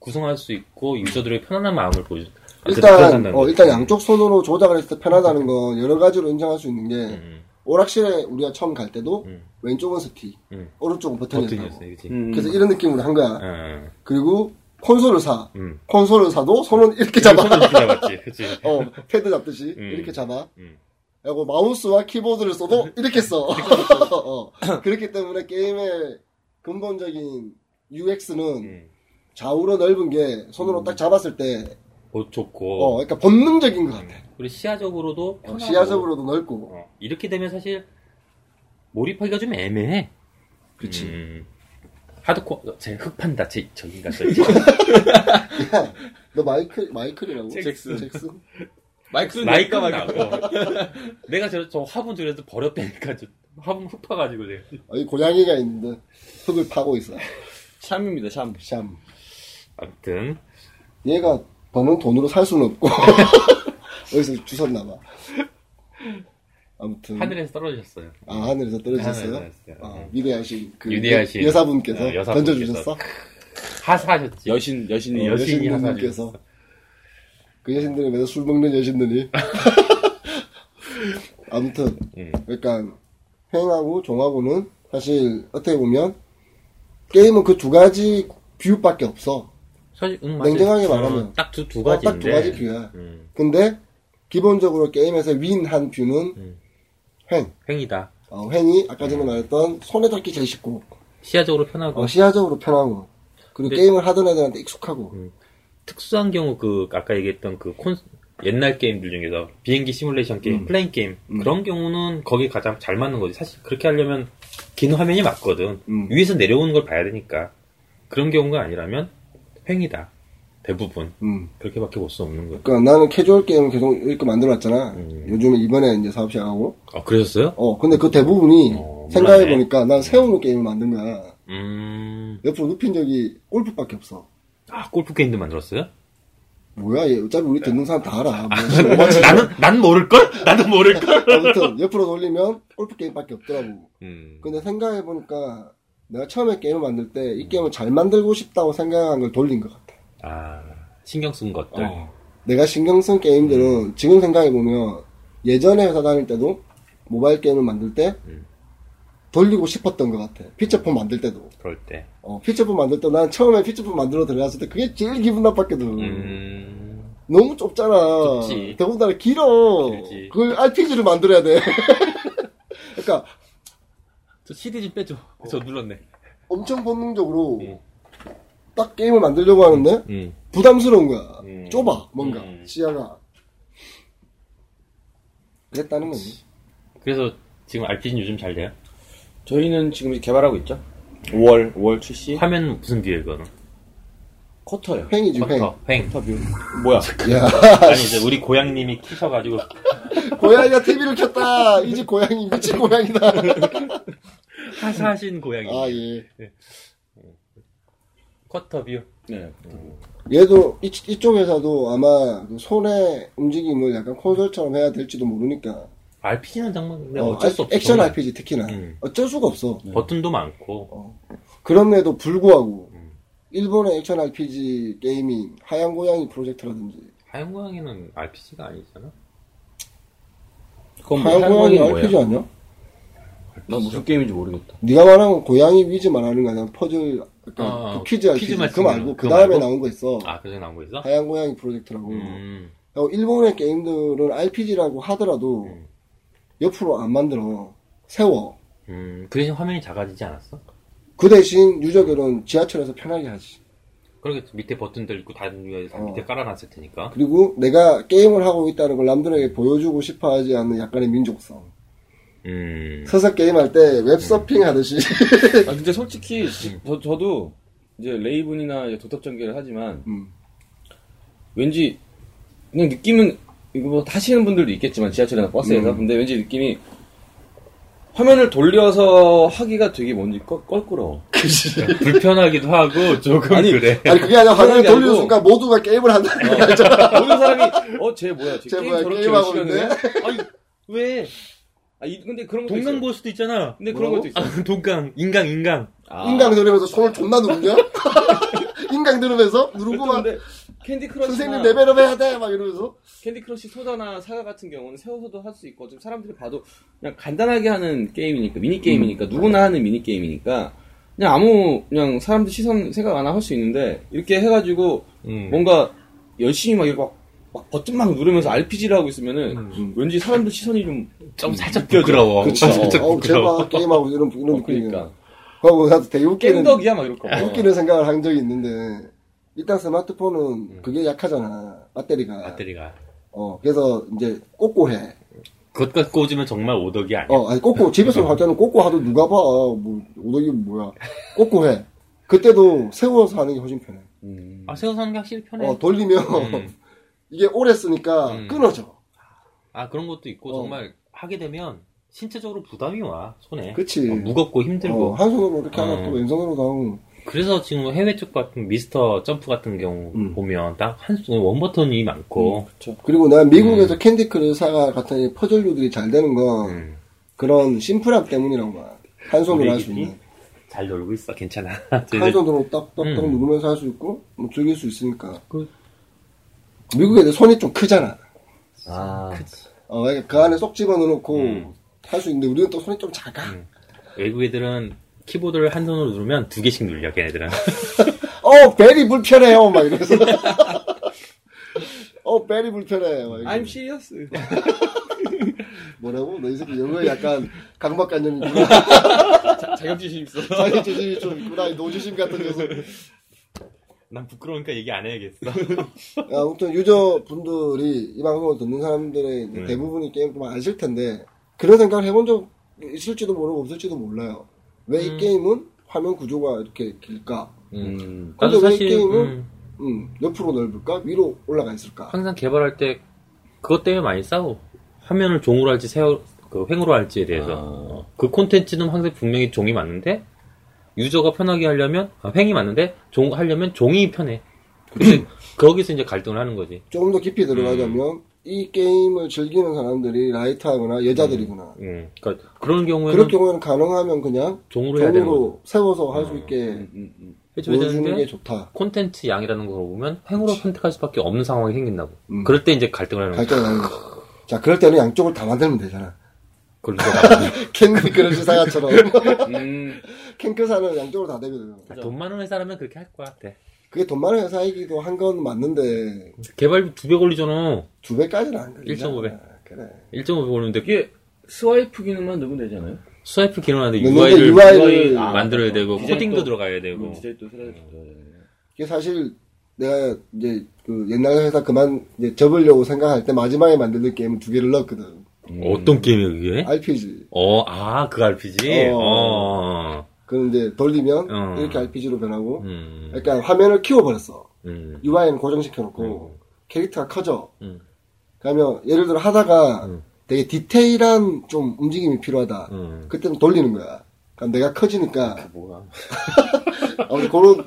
구성할 수 있고 유저들의 편안한 마음을 아, 보여. 일단 어, 일단 양쪽 손으로 조작을 했을 때 편하다는 건 여러 가지로 인정할 수 있는 게 음, 오락실에 우리가 처음 갈 때도 음, 왼쪽은 스틱, 음. 오른쪽은 버튼이었다고. 버튼이었어요, 그치? 음. 그래서 이런 느낌으로 한 거야. 음, 그리고 콘솔을 사. 음. 콘솔을 사도 손은 이렇게 잡아. 손으로 이렇게 잡았지, 그치? 어, 패드 잡듯이 음. 이렇게 잡아. 음. 그리고 마우스와 키보드를 써도 이렇게 써. 어. 그렇기 때문에 게임의 근본적인 UX는 음. 좌우로 넓은 게 손으로 딱 잡았을 때, 뭐 어, 좋고 그러니까 본능적인 것 같아. 그리고 시야적으로도 어, 편하고 시야적으로도 넓고. 어, 이렇게 되면 사실 몰입하기가 좀 애매해. 그치. 음. 하드코어 제 흑판다 제 저기 가서 너 마이클, 마이클이라고? 잭슨. 잭슨? 마이크는 마이크 약간 막- 나고 내가 저, 저 화분 저래서 버렸다니까 저 화분 흙파가지고 내가 어, 이 고양이가 있는데 흙을 파고 있어. 샴입니다, 샴. 샴. 아무튼 얘가 버는 돈으로 살 수는 없고. 어디서 주웠나봐. 아무튼. 하늘에서 떨어지셨어요. 아, 하늘에서 떨어지셨어요? 하늘에서 떨어졌어요. 아, 네. 위대하신 그 위대하신 여, 사분께서 어, 여사분께서. 던져주셨어? 하사하셨지. 여신 여신이 어, 여신이 여신분께서. 그 여신들이 매서 술 먹는 여신들이. 아무튼, 음. 그러니까, 횡하고 종하고는 사실 어떻게 보면 게임은 그 두 가지 뷰밖에 없어. 사실 응, 냉정하게 말하면. 어, 딱두 두 딱 가지인데. 두 가지 뷰야. 음, 근데 기본적으로 게임에서 윈한 뷰는 음. 횡. 행위다. 어, 횡이 아까 전에 말했던 손에 잡기 제일 쉽고 시야적으로 편하고 어, 시야적으로 편하고 그리고 근데- 음. 게임을 하던 애들한테 익숙하고 특수한 경우 그 아까 얘기했던 그 콘 옛날 게임들 중에서 비행기 시뮬레이션 음. 게임, 플레인 게임 그런 경우는 거기 가장 잘 맞는 거지. 사실 그렇게 하려면 긴 화면이 맞거든. 음. 위에서 내려오는 걸 봐야 되니까 그런 경우가 아니라면 횡이다. 대부분 음. 그렇게밖에 볼 수 없는 거야. 그러니까 나는 캐주얼 게임을 계속 이렇게 만들어놨잖아 음. 요즘에 이번에 이제 사업 시작하고 아 그러셨어요? 어 근데 그 대부분이 어, 생각해보니까 난 세우는 게임을 만든 거야 음, 옆으로 눕힌 적이 골프밖에 없어 아 골프 게임도 만들었어요? 뭐야 얘 어차피 우리 듣는 사람 다 알아 뭐, 뭐, 나는 난 모를 걸? 나도 모를 걸? 아무튼 옆으로 돌리면 골프 게임밖에 없더라고 음, 근데 생각해보니까 내가 처음에 게임을 만들 때 이 게임을 잘 만들고 싶다고 생각한 걸 돌린 것 같아. 아 신경 쓴 것들. 내가 신경 쓴 게임들은 지금 생각해보면 예전에 회사 다닐 때도 모바일 게임을 만들 때 음. 돌리고 싶었던 것 같아. 피처폰 만들 때도. 그럴 때. 어, 피처폰 만들 때 난 처음에 피처폰 만들어 들어갔을 때 그게 제일 기분 나빴거든. 음. 너무 좁잖아. 좁지. 더군다나 길어. 길지. 그걸 RPG를 만들어야 돼. 그러니까 저 CD 좀 빼줘. 저 어. 눌렀네. 엄청 본능적으로 음. 딱 게임을 만들려고 하는데 음. 부담스러운 거야. 음. 좁아, 뭔가, 음. 시야가. 그랬다는 거지. 그래서 지금 RPG는 요즘 잘 돼요? 저희는 지금 이제 개발하고 있죠. 5월 5월 출시 화면 무슨 뷰예요, 이거는? 쿼터요. 횡이지, 횡. 쿼터, 횡. 쿼터 뷰. 뭐야? 야, 아니, 이제 우리 고양님이 키셔가지고. 고양이가 TV를 켰다! 이 집 고양이, 미친 고양이다! 하사하신 고양이. 아, 예. 쿼터 뷰. 네. 얘도, 이, 이쪽 회사도 아마 그 손의 움직임을 약간 콘솔처럼 해야 될지도 모르니까. RPG는 정말 어, 네, 어쩔 수 없어. 액션 RPG 특히나. 음. 어쩔 수가 없어. 버튼도 많고. 어. 그럼에도 불구하고, 음. 일본의 액션 RPG 게임인 하얀 고양이 프로젝트라든지, 하얀 고양이는 RPG가 아니잖아? 어. 그건 뭐 하얀 고양이 할머니 RPG 뭐예요? 아니야? 나 무슨 게임인지 모르겠다. 네가 말한 건 고양이 위즈 말하는 거 아니야? 퍼즐, 약간 아, 그 퀴즈 퀴즈 알지? 그거 말씀이요. 말고 그 그거 다음에 말고? 나온 거 있어. 아, 그래서 나온 거 있어? 하얀 고양이 프로젝트라고. 음. 그리고 어, 일본의 게임들은 RPG라고 하더라도 음. 옆으로 안 만들어 세워. 음. 그 대신 화면이 작아지지 않았어? 그 대신 유저들은 지하철에서 편하게 하지. 그러겠지. 밑에 버튼들 있고 다 밑에 어. 깔아놨을 테니까. 그리고 내가 게임을 하고 있다는 걸 남들에게 보여주고 싶어하지 않는 약간의 민족성. 음. 서서 게임할 때 웹서핑 하듯이. 그 아 근데 솔직히 지- 저, 저도 이제 레이븐이나 이제 도탑 전개를 하지만 음. 왠지 그냥 느낌은 이거 뭐 타시는 분들도 있겠지만 지하철이나 버스에서 음. 근데 왠지 느낌이 화면을 돌려서 하기가 되게 뭔지 껄- 껄끄러워. 어. 그러니까 불편하기도 하고, 조금 아니, 그래. 아니 그게 어. 아니라 화면을 편하게 돌리는 하고. 순간 모두가 게임을 한다는 거야. 모든 사람이 어 쟤 뭐야 쟤, 쟤 게임 뭐야, 저렇게 게임하고 열심히 하네. 있네? 아니 왜? 아 이- 근데 그런 것도 동강 있어요. 볼 수도 있잖아. 근데 그런 것도 있어. 아, 동강, 인강, 인강. 아, 인강 들으면서 손을 존나 누르냐? 인강 들으면서 누르고 막 근데 캔디 크러시나 선생님 레벨업 해야 돼! 막 이러면서. 캔디 크러쉬 소다나 사과 같은 경우는 세워서도 할 수 있고 좀 사람들이 봐도 그냥 간단하게 하는 게임이니까 미니 게임이니까 누구나 하는 미니 게임이니까 그냥 아무 그냥 사람들 시선 생각 안 하고 할 수 있는데 이렇게 해가지고 음. 뭔가 열심히 막 이렇게 막, 막 버튼 막 누르면서 RPG를 하고 있으면은 왠지 사람들 시선이 좀 좀 살짝 느껴져. 부끄러워. 아, 그쵸. 살짝 어우, 부끄러워. 제가 게임하고 이런, 이런 어, 느낌이니까. 그러니까 그러고 나도 되게 웃기는, 깽덕이야 막 이럴 거. 어. 웃기는 생각을 한 적이 있는데, 일단 스마트폰은 그게 약하잖아. 배터리가. 배터리가. 어, 그래서 이제 꽂고 해. 그것 갖고 오지면 정말 오덕이 아니야. 어, 아니, 꽂고, 집에서 할 때는 꽂고 하도 누가 봐. 뭐, 오덕이 뭐야. 꽂고 해. 그때도 세워서 하는 게 훨씬 편해. 음. 아, 세워서 하는 게 확실히 편해. 어, 돌리면 음. 이게 오래 쓰니까 음. 끊어져. 아, 그런 것도 있고, 어. 정말 하게 되면 신체적으로 부담이 와, 손에. 그치. 어, 무겁고 어, 힘들고. 한 손으로 이렇게 어. 하고 또 왼손으로도 하고. 그래서 지금 뭐 해외 쪽 같은 미스터 점프 같은 경우 음. 보면 딱한 원버튼이 많고 그렇죠. 그리고 난 미국에서 캔디 크루사가 같은 이 퍼즐류들이 잘 되는 건 음. 그런 심플함 때문이라고 봐. 한 손으로 할 수 우리 있는. 잘 놀고 있어 괜찮아 한 손으로 딱딱딱 음. 누르면서 할 수 있고, 뭐 즐길 수 있으니까. 그- 미국 애들 손이 좀 크잖아. 아, 어, 그러니까 그 안에 쏙 집어넣어놓고 음. 할 수 있는데 우리는 또 손이 좀 작아. 음. 외국 애들은 키보드를 한 손으로 누르면 두 개씩 눌려 걔네들은 어, 벨이 불편해요. 막 이래서. 어, 벨이 불편해. 막 이러고. I'm serious. 뭐라고? 너 이 새끼 영어에 약간 강박관념이 있구나. 자격지심 있어. 자기 조심이 좀 있구나. 이 노조심 같은 녀석. 난 부끄러우니까 얘기 안 해야겠어 야, 아무튼 유저분들이 이 방송을 듣는 사람들의 이제 음. 대부분이 게임 좀 아실 텐데 그런 생각을 해본 적 있을지도 모르고 없을지도 몰라요. 왜 이 음. 게임은 화면 구조가 이렇게 길까? 음. 근데 나도 왜 사실 게임은 음, 음, 옆으로 넓을까? 위로 올라가 있을까? 항상 개발할 때 그것 때문에 많이 싸워 화면을 종으로 할지 세어 그 횡으로 할지에 대해서 그래서 그 콘텐츠는 항상 분명히 종이 맞는데 유저가 편하게 하려면 아, 횡이 맞는데 종 하려면 종이 편해 근데 거기서 이제 갈등을 하는 거지 조금 더 깊이 들어가자면 이 게임을 즐기는 사람들이 라이트하거나 여자들이구나. 음, 그러니까 그런 경우에는 그럴 경우에는 가능하면 그냥 종으로 해야 되는 거 종으로 세워서 할 수 있게 음, 음, 음. 해줘야 보여주는 되는데 게 좋다. 콘텐츠 양이라는 걸 보면 행으로 선택할 수밖에 없는 상황이 생긴다고. 음. 그럴 때 이제 갈등을 하는 거야. 갈등이 나는 거. 자, 그럴 때는 양쪽을 다 만들면 되잖아. 그걸 누가 캔디 그릇이 사야처럼. 음. 캔크사는 양쪽으로 다 대게 되잖아. 맞아. 돈 많은 회사라면 그렇게 할 거야. 돼. 그게 돈 많은 회사이기도 한 건 맞는데 개발비 두 배 걸리잖아. 두 배까지는 안 걸리잖아. 1.5 배. 그래. 1.5배 걸리는데 그 이게 스와이프 기능만 넣으면 되잖아요. 스와이프 기능하는데 근데 UI를 UI를 아, 만들어야 맞아. 되고 디자인 코딩도 또- 들어가야 되고. 음, 디자인 또 새로 들어가잖아요. 이게 사실 내가 이제 그 옛날 회사 그만 이제 접으려고 생각할 때 마지막에 만드는 게임 두 개를 넣었거든. 어떤 게임이야 그게? RPG. 음. 어, 아, 그 RPG. 어. 어. 어. 그럼 이제 돌리면 어. 이렇게 RPG로 변하고. 음. 그러니까 화면을 키워버렸어. 음. UI는 고정시켜놓고 캐릭터가 커져. 음. 그러면 예를 들어 하다가 음. 되게 디테일한 좀 움직임이 필요하다. 음. 그때는 돌리는 거야. 그럼 내가 커지니까 뭐가? 어, 그런,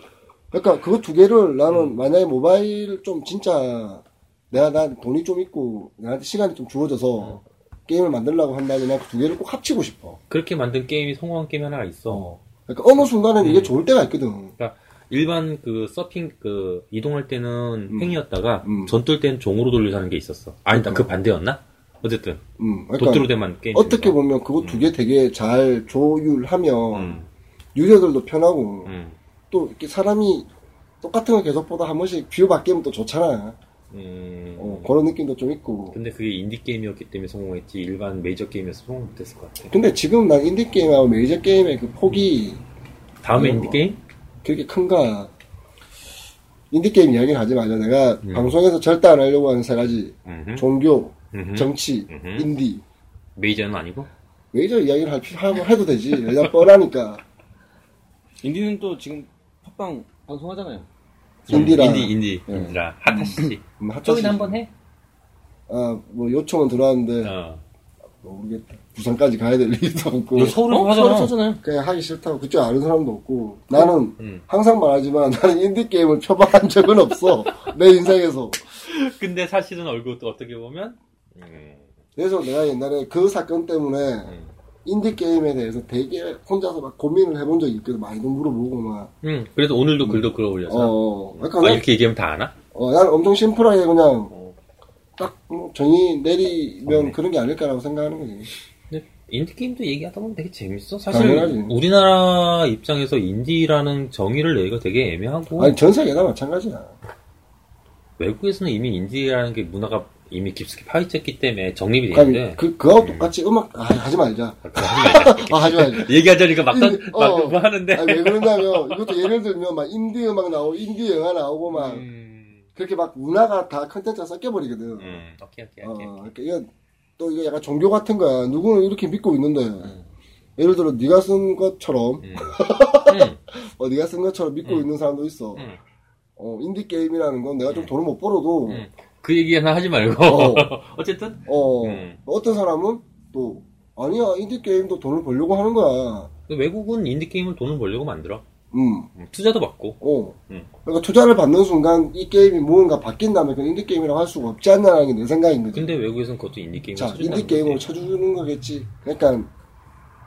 그러니까 그거 두 개를 나는 음. 만약에 모바일 좀 진짜 내가 난 돈이 좀 있고 나한테 시간이 좀 음. 주어져서 게임을 만들려고 한다면 난 그 두 개를 꼭 합치고 싶어. 그렇게 만든 게임이 성공한 게임 하나가 있어. 그러니까 어느 순간은 음. 이게 좋을 때가 있거든. 그러니까 일반 그 서핑 그 이동할 때는 음. 횡이었다가 음. 전투할 때는 종으로 돌려서 하는 게 있었어. 아니다 그 반대였나? 어쨌든 음, 도트로 그러니까 대만 게임 어떻게 보면 그거 두 개 되게 잘 조율하면 음, 유저들도 편하고 음, 또 이렇게 사람이 똑같은 걸 계속 보다 한 번씩 비유바뀌면 또 좋잖아. 음. 어, 그런 느낌도 좀 있고. 근데 그게 인디 게임이었기 때문에 성공했지 일반 메이저 게임이었으면 성공 못했을 것 같아. 근데 지금 난 인디 게임하고 메이저 게임의 그 폭이 다음에 음. 인디 게임? 그렇게 큰가? 인디게임 이야기를 하지 말자. 내가 음. 방송에서 절대 안 하려고 하는 세 가지. 음흠, 종교, 음흠. 정치, 음흠. 인디. 메이저는 아니고 왜 이런 이야기를 할 필요하고 해도 되지. 왜냐 뻔하니까. 인디는 또 지금 팟빵 방송하잖아요. 인디라. 음. 예. 인디 인디 네. 인디라 핫하시지. 음, 합쳐서- 쪽이나 한번 해. 아, 뭐 요청은 들어왔는데 어. 모르겠다. 부산까지 가야 될 일도 없고. 너 서울에서 어? 하잖아. 서울에서 하잖아요. 그냥 하기 싫다고 그쪽 아는 사람도 없고. 나는 음. 항상 말하지만 나는 인디게임을 표방한 적은 없어. 내 인생에서. 근데 사실은 얼굴도 어떻게 보면 음, 그래서 내가 옛날에 그 사건 때문에 음. 인디게임에 대해서 되게 혼자서 막 고민을 해본 적이 있거든. 많이도 물어보고 막. 음, 그래서 오늘도 글도 글어 올려서 어, 그러니까 아, 그냥, 이렇게 얘기하면 다 아나? 어, 난 엄청 심플하게 그냥 딱뭐 정의 내리면 네. 그런 게 아닐까라고 생각하는 거지. 근데 인디게임도 얘기하다 보면 되게 재밌어. 사실 당연하지. 우리나라 입장에서 인디라는 정의를 내기가 되게 애매하고 아니, 전 세계 다 마찬가지야. 그 외국에서는 이미 인디라는 게 문화가 이미 깊숙이 파헤쳤기 때문에 정립이 그러니까 되는데 네. 그, 그거하고 똑같이 음악, 아, 하지 말자. 그거 하지 말자. 아, 하지 말자. 얘기하자니까 막, 던, 인디- 막 어. 뭐 하는데 아니, 왜 그러냐면, 이것도 예를 들면, 막, 인디 음악 나오고, 인디 영화 나오고, 막, 음, 그렇게 막, 문화가 다 컨텐츠가 섞여버리거든. 음, 오케이 오케이 어, 오케이 그러니까 이건 또 이거 약간 종교 같은 거야. 누구는 이렇게 믿고 있는데, 예를 들어, 네가 쓴 것처럼, 음. 음, 어, 네가 쓴 것처럼 믿고 음. 있는 사람도 있어. 음, 어, 인디 게임이라는 건 내가 좀 돈을 못 벌어도 음. 그 얘기는 하지 말고 어. 어. 쨌든 어, 음. 어떤 사람은 또 아니야 인디 게임도 돈을 벌려고 하는 거야. 외국은 인디게임을 돈을 벌려고 만들어 음. 음, 투자도 받고. 어. 음. 그러니까 투자를 받는 순간 이 게임이 무언가 바뀐다면 그건 인디 게임이라고 할 수가 없지 않나라는 게 내 생각인 거지. 근데 외국에선 그것도 인디 게임을 자, 쳐준다는 인디 게임으로 거지. 쳐주는 거겠지. 그러니까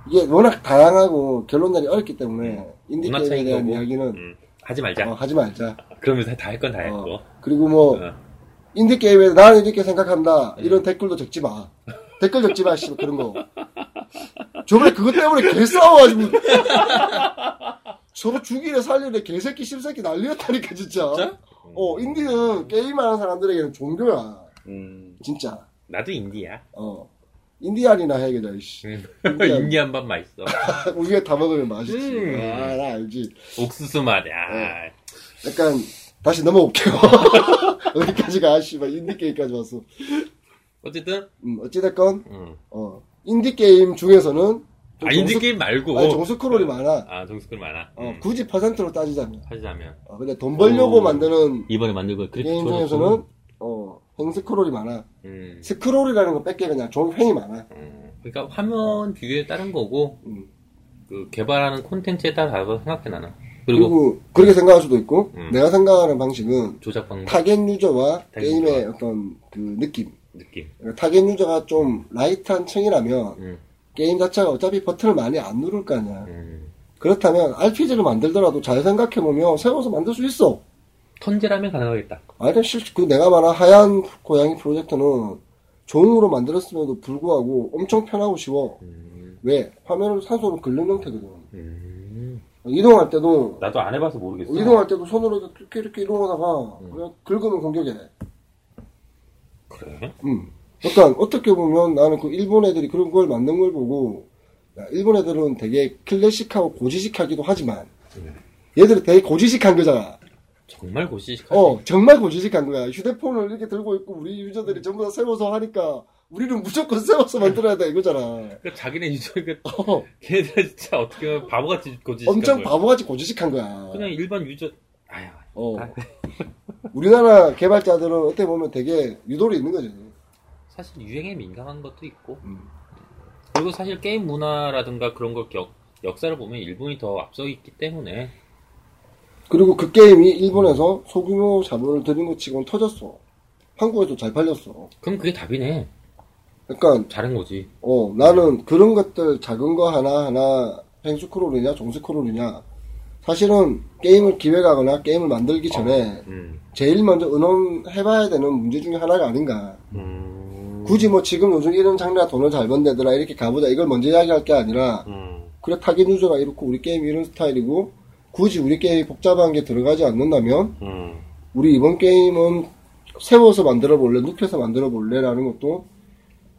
이게 워낙 다양하고 결론날이 어렵기 때문에 인디 문화 게임에 차이인 대한 거고. 이야기는 음, 하지 말자. 어, 하지 말자. 그러면서 다 할 건 다 했고. 어, 그리고 뭐 어. 예. 인디 게임에 나는 이렇게 생각한다 이런 댓글도 적지 마. 댓글 적지 마, 씨 그런 거. 저번에 그것 때문에 개 싸워가지고 서로 죽이려 살리려 개새끼 씹새끼 난리였다니까 진짜. 진짜? 어 인디는 게임하는 사람들에게는 종교야 음. 진짜. 나도 인디야. 어 인디안이나 해야겠다 이씨. 음. 인디안. 인디한 밥 맛있어. 우리가 다 먹으면 맛있지. 음. 아, 나 알지. 옥수수 맛. 어. 야. 약간 다시 넘어올게요. 어디까지가 아, 씨발 인디 게임까지 왔어. 어쨌든 음, 어찌됐건 음. 어, 인디 게임 중에서는 좀 아 인디 정수- 게임 말고. 아니, 정수크롤이 많아. 아 정수크롤 많아. 어, 음. 굳이 퍼센트로 따지자면. 하자면 어, 근데 돈 벌려고 오. 네, 만드는 이번에 만든 거 그래픽 게임 좋아졌어. 중에서는 어, 행스크롤이 많아. 음. 스크롤이라는 거 뺏게 그냥 종횡이 많아. 음. 그러니까 화면 비교에 따른 거고 음. 그 개발하는 콘텐츠에 따라 다르다고 생각해 나는. 그리고, 그리고 그렇게 생각할 수도 있고 음. 내가 생각하는 방식은 조작 방법 타겟 유저와 타겟 게임의 유저와. 어떤 그 느낌 느낌. 그러니까 타겟 유저가 좀 라이트한 층이라면 음. 게임 자체가 어차피 버튼을 많이 안 누를 거 아니야. 음. 그렇다면 RPG를 만들더라도 잘 생각해보면 세워서 만들 수 있어. 턴제라면 가능하겠다. 아니, 실, 그 내가 말한 하얀 고양이 프로젝트는 종으로 만들었음에도 불구하고 엄청 편하고 쉬워. 음. 왜? 화면을 산소로 긁는 형태거든. 음. 이동할 때도, 나도 안 해봐서 모르겠어. 이동할 때도 손으로 이렇게 이렇게 이동하다가 그냥 긁으면 공격해. 그래? 음. 그러니까 어떻게 보면 나는 그 일본 애들이 그런 걸 만든 걸 보고 야, 일본 애들은 되게 클래식하고 고지식하기도 하지만 네. 얘들은 되게 고지식한 거잖아. 정말 고시식하지. 어 정말 고지식한 거야. 휴대폰을 이렇게 들고 있고 우리 유저들이 전부 다 세워서 하니까 우리는 무조건 세워서 만들어야 돼 이거잖아. 그러니까 자기네 유저가 어, 걔네들 진짜 어떻게 보면 바보같이 고지식한 엄청 거야. 바보같이 고지식한 거야. 그냥 일반 유저 아휴 어. 아. 우리나라 개발자들은 어떻게 보면 되게 유도리 있는 거지. 사실 유행에 민감한 것도 있고 음. 그리고 사실 게임 문화라든가 그런 걸 겨- 역사를 보면 일본이 더 앞서 있기 때문에 그리고 그 게임이 일본에서 소규모 자본을 들인 것 치고는 터졌어. 한국에도 잘 팔렸어. 그럼 그게 답이네 그러니까 잘한 거지 어, 나는 그런 것들 작은 거 하나하나 행스크롤이냐 종스크롤이냐 사실은 게임을 기획하거나 게임을 만들기 전에 음. 제일 먼저 의논해봐야 되는 문제 중에 하나가 아닌가 음. 굳이 뭐 지금 요즘 이런 장르가 돈을 잘 번대더라 이렇게 가보자 이걸 먼저 이야기할 게 아니라 음. 그래 타겟 유저가 이렇고 우리 게임이 이런 스타일이고 굳이 우리 게임이 복잡한 게 들어가지 않는다면 음. 우리 이번 게임은 세워서 만들어 볼래, 눕혀서 만들어 볼래라는 것도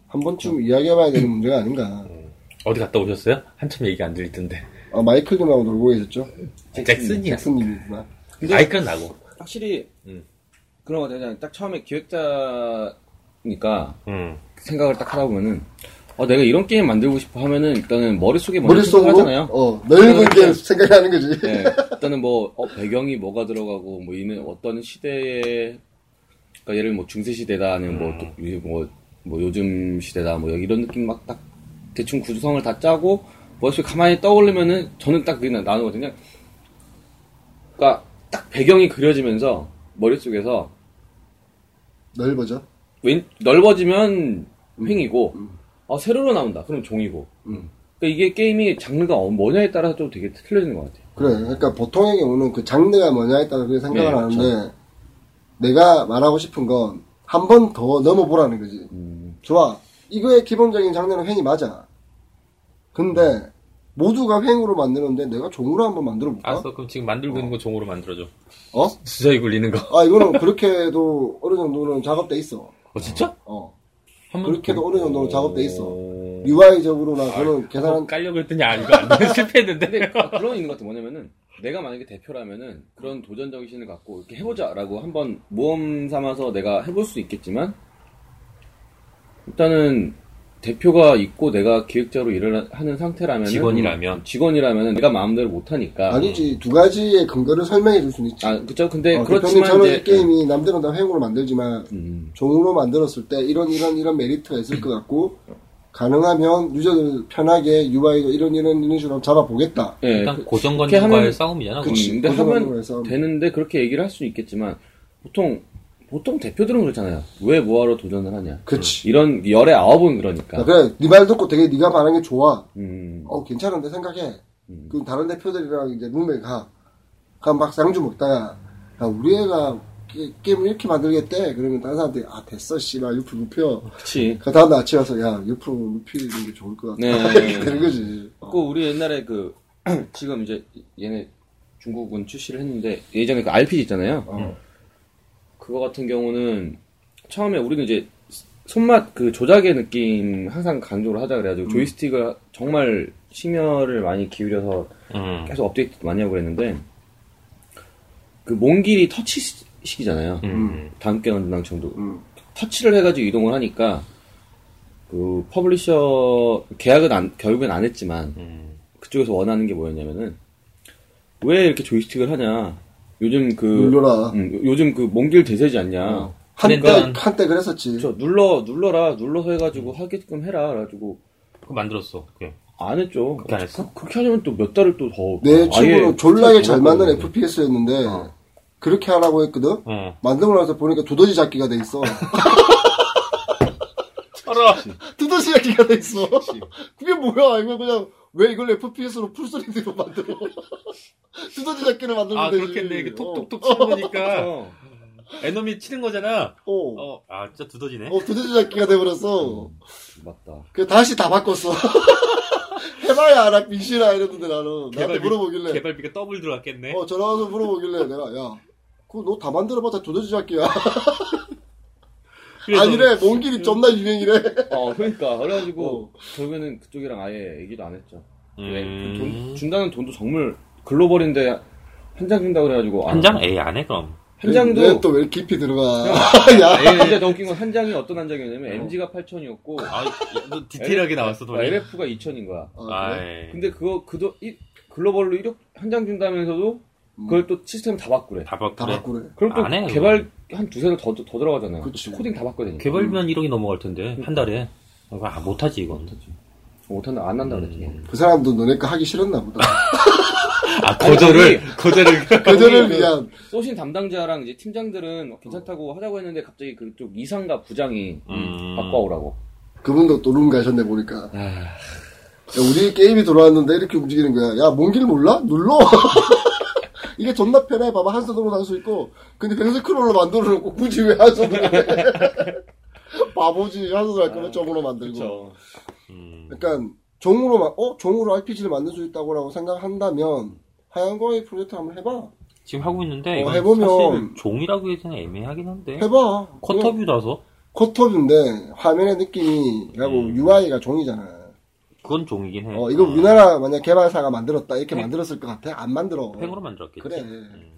한 음. 번쯤 이야기해봐야 되는 문제가 아닌가. 어디 갔다 오셨어요? 한참 얘기 안 들리던데 아, 마이클 님하고 놀고 계셨죠? 예, 잭슨이야 잭슨님이구나. 근데 마이크는 나고 확실히 음. 그런 거 되잖아요. 딱 처음에 기획자니까 음. 생각을 딱 하다 보면은 어, 내가 이런 게임 만들고 싶어 하면은 일단은 머릿속에 먼저 머릿속으로 생각하잖아요. 어, 넓은 게 생각하는 거지. 네, 일단은 뭐 어, 배경이 뭐가 들어가고 뭐 이는 어떤 시대에 그러니까 예를 뭐 중세 시대다 아니면 뭐 또- 이- 뭐, 뭐 요즘 시대다 뭐 이런 느낌 막 딱 대충 구조성을 다 짜고 머릿속에 가만히 떠올리면은 저는 딱 그게 나- 나오거든요. 그러니까 딱 배경이 그려지면서 머릿속에서 넓어져. 왼, 넓어지면 횡이고 아, 세로로 나온다. 그럼 종이고. 음. 그러니까 이게 게임이 장르가 어- 뭐냐에 따라서 좀 되게 틀려지는 것 같아요. 그래. 그러니까 보통의 경우는 그 장르가 뭐냐에 따라 그렇게 생각을 네, 하는데, 내가 말하고 싶은 건, 한 번 더 넘어보라는 거지. 음. 좋아. 이거의 기본적인 장르는 횡이 맞아. 음. 근데, 모두가 횡으로 만드는데, 내가 종으로 한번 만들어 볼까? 아, 알았어 아, 그럼 지금 만들고 있는 거 종으로 만들어줘 어? 주사위 굴리는 거 아, 이거는 그렇게 도 어느 정도는 작업돼 있어. 어, 진짜? 어. 한 번- 그렇게도 어느 정도는 작업돼 있어. 오. UI적으로나 그런 계산한, 네, 깔려고 했더니 아 이거 안 돼. 실패했는데 아, 그런 게 있는 것 같아. 뭐냐면은 내가 만약에 대표라면은 그런 도전 정신을 갖고 이렇게 해보자라고 한번 모험 삼아서 내가 해볼 수 있겠지만 일단은 대표가 있고 내가 기획자로 일을 하는 상태라면 직원이라면. 직원이라면은 내가 마음대로 못 하니까 아니지, 두 가지의 근거를 설명해 줄 수는 있지. 아 그죠 근데 어, 대표님, 그렇지만 저는 이제 네. 이 게임이 남들은 다 횡으로 만들지만, 음, 종으로 만들었을 때 이런 이런 이런 메리트가 있을 것 같고 가능하면 유저들 편하게 UI도 이런 이런 이런 식으로 한번 잡아보겠다. 예, 일단 고정관 그렇게 누가의 하면- 싸움이잖아. 그 그건. 그치. 근데 고정관념으로 하면 해서. 되는데 그렇게 얘기를 할 수는 있겠지만 보통 보통 대표들은 그렇잖아요. 왜 뭐하러 도전을 하냐. 그치. 이런 열의 아홉은 음, 그러니까. 그래, 네 말 듣고 되게 네가 말한 게 좋아. 음, 어, 괜찮은데 생각해. 그럼 다른 대표들이랑 이제 룸메 가. 그럼 막 쌍주 먹다가, 야, 우리 애가 게, 임을 이렇게 만들겠대. 그러면 다른 사람들이, 아, 됐어, 씨발, 유프 눕혀. 그렇지. 그 다음 날 아침에 와서, 야, 유프 눕히는 게 좋을 것 같아. 네. 이렇게 되는 거지. 그 우리 옛날에 그 지금 이제 얘네 중국은 출시를 했는데 예전에 그 RPG 있잖아요. 어. 그거 같은 경우는 처음에 우리는 이제 손맛 그 조작의 느낌 항상 강조를 하자 음. 그래가지고 조이스틱을 정말 심혈을 많이 기울여서 음. 계속 업데이트 많이 하고 그랬는데 그 몽길이 터치식이잖아요. 음. 다음 게 언당청도 음. 터치를 해가지고 이동을 하니까 그 퍼블리셔 계약은 안- 결국엔 안 했지만 음. 그쪽에서 원하는 게 뭐였냐면은 왜 이렇게 조이스틱을 하냐 요즘 그 눌러라. 음, 요- 요즘 그 몽길 대세지 않냐 어. 한때, 그랬던- 한때 그랬었지. 저 눌러 눌러라 눌러서 해가지고 하게끔 해라 그래가지고 그거 만들었어. 그게. 안 했죠 그렇게 안 했어? 그, 렇게 하려면 또 몇 달을 또더 내 친구는 졸라게 잘 만든 FPS였는데, 그렇게 하라고 했거든? 어. 만들고 나서 보니까 두더지 잡기가 돼 있어. 알아. 두더지 잡기가 돼 있어. 그게 뭐야? 이거 그냥, 왜 이걸 FPS로 풀소리대로 만들어? 두더지 잡기를 만들면 아 되지. 그렇겠네. 이게 톡톡톡 어. 치는 거니까 에너미 치는 거잖아. 어. 어. 아 진짜 두더지네. 어, 두더지 잡기가 돼버렸어. 맞다 그 다시 다 바꿨어. 해봐야 알아, 민시라 이랬는데 나는. 나한테 개발비- 물어보길래. 개발비가 더블 들어갔겠네. 어, 전화 와서 물어보길래 내가, 야, 그거 너 다 만들어봤자 두더지 잡기야. 그래서 아니래, 먼 길이 존나 유행이래. 어 그러니까 그래가지고 어. 결국에는 그쪽이랑 아예 얘기도 안 했죠 네, 왜? 음. 그 돈, 준다는 돈도 정말 글로벌인데 한 장 준다고 그래가지고 아, 한 장? 에이 안해 그럼. 한 장도 네, 또 왜 깊이 들어가. 야, 아, 근데 더 웃긴 건 한 장이 어떤 한 장이었냐면 MG가 8천이었고 아 너 디테일하게 나왔어 아, 돈이. LF가 2천인 거야. 어, 아, 그래? 에이. 근데 그거 그도 이- 글로벌로 1억 한 장 준다면서도 그걸 또 시스템 다 바꾸래. 다 음, 다 바꾸래. 바꾸래. 그럼 또 안 해요, 개발 한 두세 달 더 더 들어가잖아요. 그치. 코딩 다 바꿔야 되니까. 개발비만 1억이 넘어갈 텐데 한 달에. 아 못하지 이건. 못한다 안 난다 그랬지. 그 사람도 너네 거 하기 싫었나 보다. 아 거절을 거절을. 그들을 거기 그- 위한. 소신 담당자랑 이제 팀장들은 뭐 괜찮다고 하자고 했는데 갑자기 그쪽 이상과 부장이 음. 어. 바꿔오라고. 그분도 또 룸 가셨네 보니까. 아, 야, 우리 게임이 돌아왔는데 이렇게 움직이는 거야. 야, 몽길 몰라? 눌러. 이게 존나 편해. 봐봐. 한 손으로 할 수 있고. 근데 뱅스 크롤로 만들어 놓고 굳이 왜 한 손으로 해? 바보지. 한 손으로 할 거면 쪽으로 만들고. 아, 그렇죠. 음. 약간 종으로 만 어, 종으로 RPG를 만들 수 있다고라고 생각한다면 하얀광의 프로젝트 한번 해 봐. 지금 하고 있는데 어, 이건 해보면- 사실 종이라고 해야 되나 애매하긴 한데 해 봐. 쿼터뷰라서 쿼터뷰인데 화면의 느낌이 하고 음. 아. UI가 종이잖아. 그건 종이긴 해. 어, 이거 우리나라 만약 개발사가 만들었다 이렇게 네. 만들었을 것 같아? 안 만들어. 팽으로 만들었겠지. 그래. 음.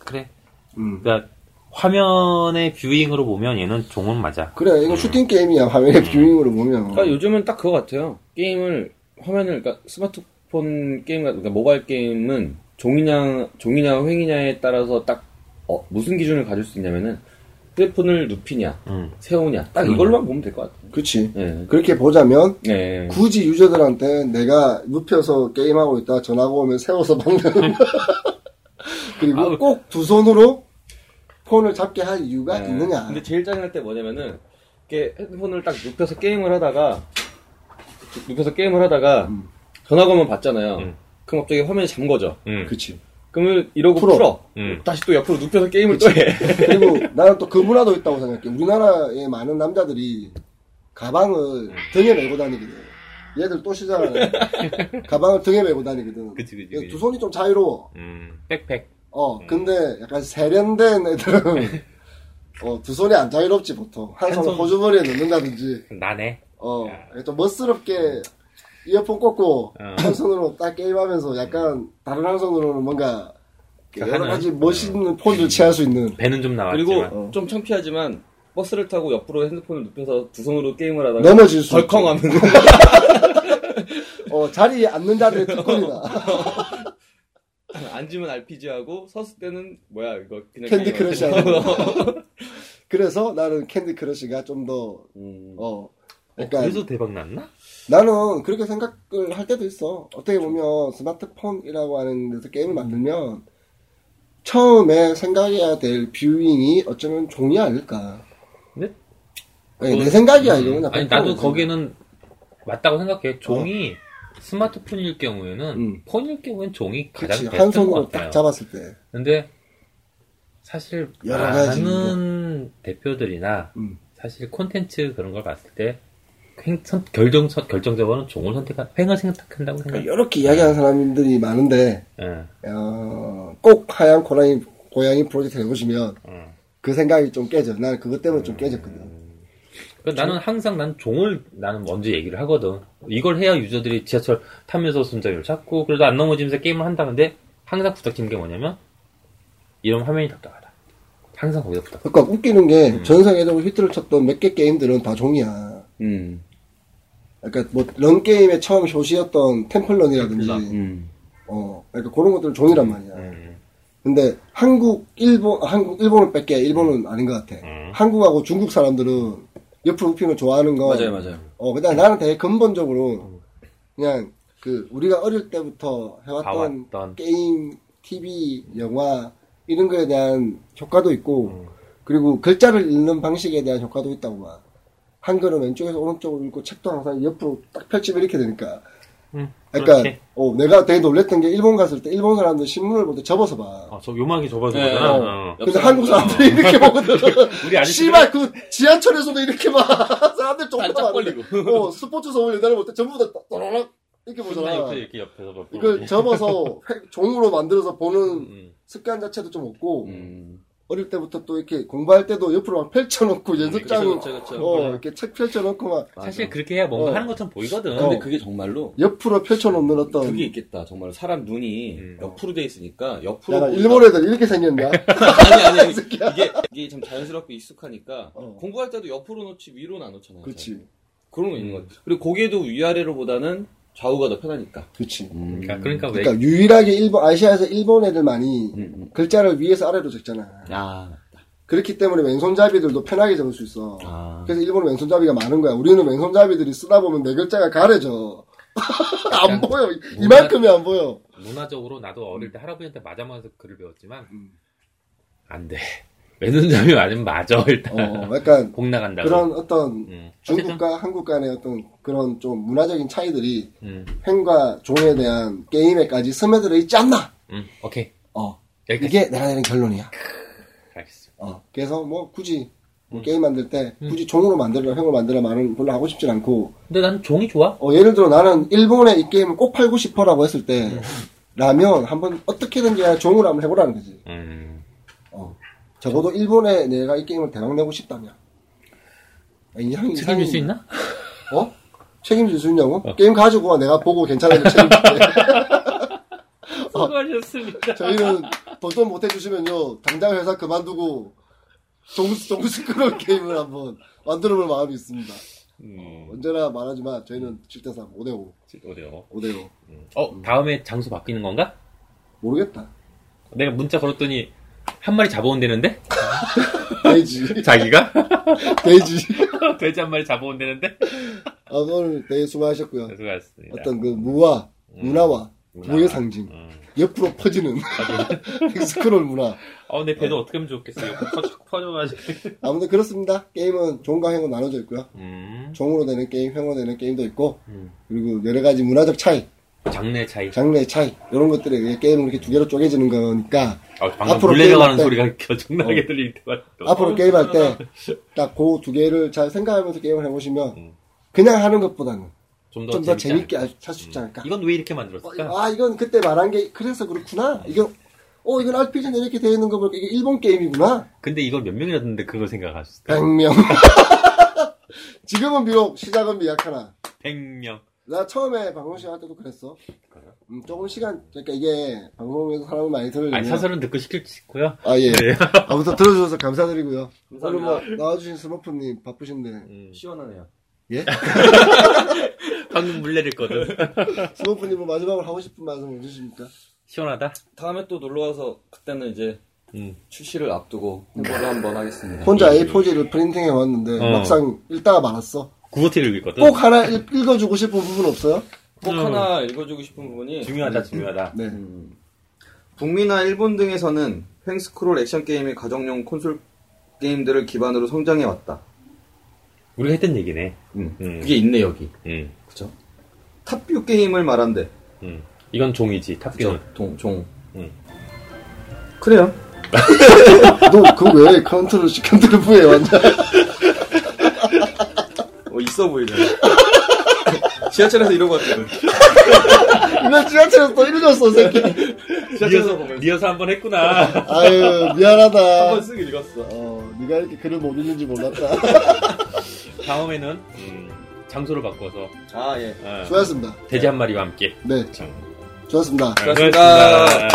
그래. 음. 그러니까 화면의 뷰잉으로 보면 얘는 종은 맞아. 그래, 이거 슈팅 게임이야. 음. 화면의 뷰잉으로 보면. 아, 그러니까 요즘은 딱 그거 같아요. 게임을 화면을 그러니까 스마트폰 게임 같- 그러니까 모바일 게임은 종이냐 종이냐 횡이냐에 따라서 딱 어, 무슨 기준을 가질 수 있냐면은 휴대폰을 눕히냐 음. 네. 세우냐 딱 이걸로만 보면 될 것 같아요. 그치. 예. 그렇게 보자면, 예. 굳이 유저들한테 내가 눕혀서 게임하고 있다 전화가 오면 세워서 먹는. 그리고 아우. 꼭 두 손으로 폰을 잡게 할 이유가 예. 네. 있느냐. 근데 제일 짜증날 때 뭐냐면은 이렇게 핸드폰을 딱 눕혀서 게임을 하다가 눕혀서 게임을 하다가 음. 전화가 오면 받잖아요. 음. 그럼 갑자기 화면이 잠궈져. 음. 그치. 그러면 이러고 풀어. 풀어. 음. 다시 또 옆으로 눕혀서 게임을 또 해. 그리고 나는 또 그 문화도 있다고 생각해. 우리나라의 많은 남자들이 가방을 등에 메고 다니거든. 얘들 또 시작하네. 가방을 등에 메고 다니거든. 그치, 그치, 그치. 두 손이 좀 자유로워. 음. 백팩. 어, 근데 약간 세련된 애들은 어, 두 손이 안 자유롭지 보통. 한 한 손을 손. 호주머니에 넣는다든지. 나네. 어, 좀 멋스럽게 이어폰 꽂고 어. 한 손으로 딱 게임하면서 약간 다른 한 손으로는 뭔가 여러 그 하는. 가지 음. 멋있는 포즈를 취할 수 있는 배는 좀 그리고 나왔지만. 어. 좀 창피하지만 버스를 타고 옆으로 핸드폰을 눕혀서 두 손으로 게임을 하다가 넘어질 수 덜컹하면 어, 자리에 앉는 자들의 그러니까 특권이다. 앉으면 RPG 하고 섰을 때는 뭐야 이거 그냥 캔디 게임 크러쉬 하고. 그래서 나는 캔디 크러쉬가 좀 더, 음, 어, 그러니까 그래서 대박 났나? 나는 그렇게 생각을 할 때도 있어. 어떻게 보면 스마트폰이라고 하는 데서 음. 게임을 만들면 처음에 생각해야 될 뷰잉이 어쩌면 종이 아닐까. 네? 네, 그건- 내 생각이야, 이거는. 나 아니 나도 거기는 맞다고 생각해. 종이 스마트폰일 경우에는 어. 음. 폰일 경우엔 종이 가장 그치, 한 베스트인 것 손으로 같아요. 딱 잡았을 때. 근데 사실 여러 가지 뭐. 많은 대표들이나 음. 사실 콘텐츠 그런 걸 봤을 때 횡- 선- 결정 선- 결정적으로는 종을 선택한 횡을 선택한다고 생각. 그러니까 이렇게 이야기하는 사람들이 많은데, 예. 어, 꼭 하얀 고양이, 고양이 프로젝트 해보시면 음. 그 생각이 좀 깨져. 난 그것 때문에 좀 깨졌거든. 그러니까 나는 항상 난 종을 나는 먼저 얘기를 하거든. 이걸 해야 유저들이 지하철 타면서 손잡이를 잡고 그래도 안 넘어지면서 게임을 한다는데 항상 부닥치는 게 뭐냐면 이런 화면이 답답하다. 항상 거기다 부닥. 그러니까 웃기는 게 전성예적으로 히트를 쳤던 몇 개 게임들은 다 종이야. 음, 그러니까 뭐런 게임의 처음 효시였던 템플런이라든지 템플런. 음. 어 그러니까 그런 것들은 종이란 말이야. 음. 근데 한국 일본 아, 한국 일본을 뺄게 일본은 아닌 것 같아. 음. 한국하고 중국 사람들은 옆으로 굽히는 거 좋아하는 거. 맞아요, 맞아요. 어 근데 나는 되게 음. 근본적으로 그냥 그 우리가 어릴 때부터 해왔던 봐왔던. 게임, TV, 영화 이런 거에 대한 효과도 있고 음. 그리고 글자를 읽는 방식에 대한 효과도 있다고 봐. 한글은 왼쪽에서 오른쪽으로 읽고 책도 항상 옆으로 딱 펼치면 이렇게 되니까. 음, 그러니까 그렇지. 어, 내가 되게 놀랬던 게 일본 갔을 때 일본 사람들 신문을 볼 때 접어서 봐. 아, 저 요만하게 좁아서 네, 그러잖아. 어. 어. 근데 한국 사람들이 이렇게 보거든. 우리 아저씨들 씨발 그 지하철에서도 이렇게 봐. 사람들 전부 다 반짝 봤는데. 벌리고. 어, 스포츠 서울 옛날에 볼 때 전부 다 따라락 이렇게 음, 존나 옆에서 보잖아. 이렇게 옆에서 막 어. 이걸 접어서 회- 종으로 만들어서 보는 음. 습관 자체도 좀 없고 음. 어릴 때부터 또 이렇게 공부할 때도 옆으로 막 펼쳐놓고 연습장 그쵸, 그쵸, 음. 그쵸. 어, 이렇게 책 펼쳐놓고 막 사실 그렇게 해야 뭔가 어. 하는 것처럼 보이거든. 근데 어. 그게 정말로 옆으로 펼쳐놓는 어떤 그게 있겠다. 정말 사람 눈이 음. 옆으로 돼 있으니까 옆으로. 야, 나 보니까- 일본 애들 이렇게 생겼냐? 아니 아니, 아니 이게 이게 참 자연스럽게 익숙하니까 어. 공부할 때도 옆으로 놓지 위로는 안 놓잖아요. 그렇지, 잘. 그런 거 있는 음. 것 같아요. 그리고 고개도 위아래로보다는 좌우가 더 편하니까. 음. 그렇지. 그러니까, 그러니까 왜 그러니까 유일하게 일본 아시아에서 일본 애들만이 아, 음, 음. 글자를 위에서 아래로 적잖아. 아, 그렇기 때문에 왼손잡이들도 편하게 적을 수 있어. 아. 그래서 일본은 왼손잡이가 많은 거야. 우리는 왼손잡이들이 쓰다 보면 내 글자가 가려져. 안 보여. 이만큼이 안 보여. 문화적으로 나도 어릴 때 할아버지한테 맞아맞아서 글을 배웠지만 음. 안 돼. 왼손잡이 맞으면 맞아 어, 일단 약간 복 나간다고. 그런 어떤 음. 어쨌든, 중국과 한국 간의 어떤 그런 좀 문화적인 차이들이 음, 행과 종에 대한 게임에까지 스며들어 있지 않나. 음, 오케이. 어, 여기까지. 이게 내가 내린 결론이야. 알겠습니다. 어, 그래서 뭐 굳이 음. 뭐 게임 만들 때 굳이 종으로 만들라 형으로 만들라 말은 별로 하고 싶진 않고 근데 난 종이 좋아. 어, 예를 들어 나는 일본에 이 게임을 꼭 팔고 싶어라고 했을 때 음. 라면 한번 어떻게든지 간에 종으로 한번 해보라는 거지. 음. 어, 적어도 일본에 내가 이 게임을 대박 내고 싶다면 아, 인상 책임질 수 있나? 어. 어? 책임질 수 있냐고? 게임 가지고 와 내가 보고 괜찮으면 책임질게. 수고하셨습니다. 저희는 돈돈 못 해주시면요 당장 회사 그만두고 정수 정수 그런 게임을 한번 만들어볼 마음이 있습니다. 어, 음, 언제나 말하지만 저희는 7대3 5대5 어디요? 5대5 음. 어, 다음에 장소 바뀌는 건가? 모르겠다. 내가 문자 걸었더니 한 마리 잡아온대는데? 그 돼지 자기가? 돼지. 돼지 한 마리 잡아온대는데? 아, 오늘 되게 수고하셨고요. 수고하셨습니다. 음. 어떤 그 무와 문화와 문화. 부의 상징 음. 옆으로 퍼지는 스크롤 문화. 어, 내 네. 배도 어떻게 하면 좋겠어요? 퍼져, 퍼져가지고. 아무튼 그렇습니다. 게임은 종과 행으로 나눠져 있고요. 음. 종으로 되는 게임, 행으로 되는 게임도 있고 음. 그리고 여러 가지 문화적 차이 장르의 차이. 장르의 차이 이런 것들에 의해 게임은 이렇게 두 개로 쪼개지는 거니까 아, 방금 앞으로 물 내려가는 게임할 어. 소리가 겨정나게 들릴 때마다. 또. 앞으로 게임할 때 딱 그 두 개를 잘 생각하면서 게임을 해보시면 음. 그냥 하는 것보다는 좀 더 좀 더 재밌지 음. 재밌게 할 수 있지 않을까 이건 왜 이렇게 어, 만들었을까? 아 이건 그때 말한 게 그래서 그렇구나 이건 어 이건 RPG는 이렇게 되어 있는 거 보니까 이게 일본 게임이구나 근데 이걸 몇 명이나 듣는데 그걸 생각하셨을까? 100명 지금은 비록 시작은 미약하나 100명. 나 처음에 방송 시작할 때도 그랬어 그래요? 음, 조금 시간 그러니까 이게 방송에서 사람을 많이 들으려면 아니, 사설은 네. 듣고 시킬 수 있고요. 아, 예. 아무튼 들어주셔서 감사드리고요. 오늘 뭐, 감사합니다. 나와주신 스머프님 바쁘신데. 음, 시원하네요. 예? 방금 물 내렸거든. 스머프님 뭐 마지막으로 하고 싶은 말씀 없으십니까? 시원하다? 다음에 또 놀러 와서 그때는 이제 음. 출시를 앞두고 홍보를 한번 하겠습니다. 혼자 A4지를 프린팅해 왔는데, 네. 어. 네. 막상 읽다가 말았어. 구호티를 읽거든. 꼭 하나 읽- 읽어주고 싶은 부분 없어요? 꼭 음. 하나 읽어주고 싶은 부분이 중요하다, 중요하다. 네. 북미나 일본 등에서는 횡스크롤 액션 게임이 가정용 콘솔 게임들을 기반으로 성장해 왔다. 우리가 했던 얘기네. 음. 음. 그게 있네 여기. 음. 그죠? 탑뷰 게임을 말한대. 음. 이건 종이지, 탑기는. 그죠? 동, 종. 음. 그래요. 너그왜 컨트롤 시 컨트롤 V에 완전 어, 있어 보이잖아. 지하철에서 이러고 왔거든. 이거 지하철에서 또 읽었어 새끼. 음. 지하철에서 보면 리허설 한번 했구나. 아유 한번 미안하다. 쓰고 읽었어. 어 네가 이렇게 글을 못 읽는지 몰랐다. 다음에는 음, 장소를 바꿔서 아 예. 어, 좋았습니다. 돼지 한 마리와 함께. 네 참. 좋았습니다. 수고하셨습니다.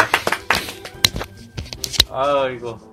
아 이거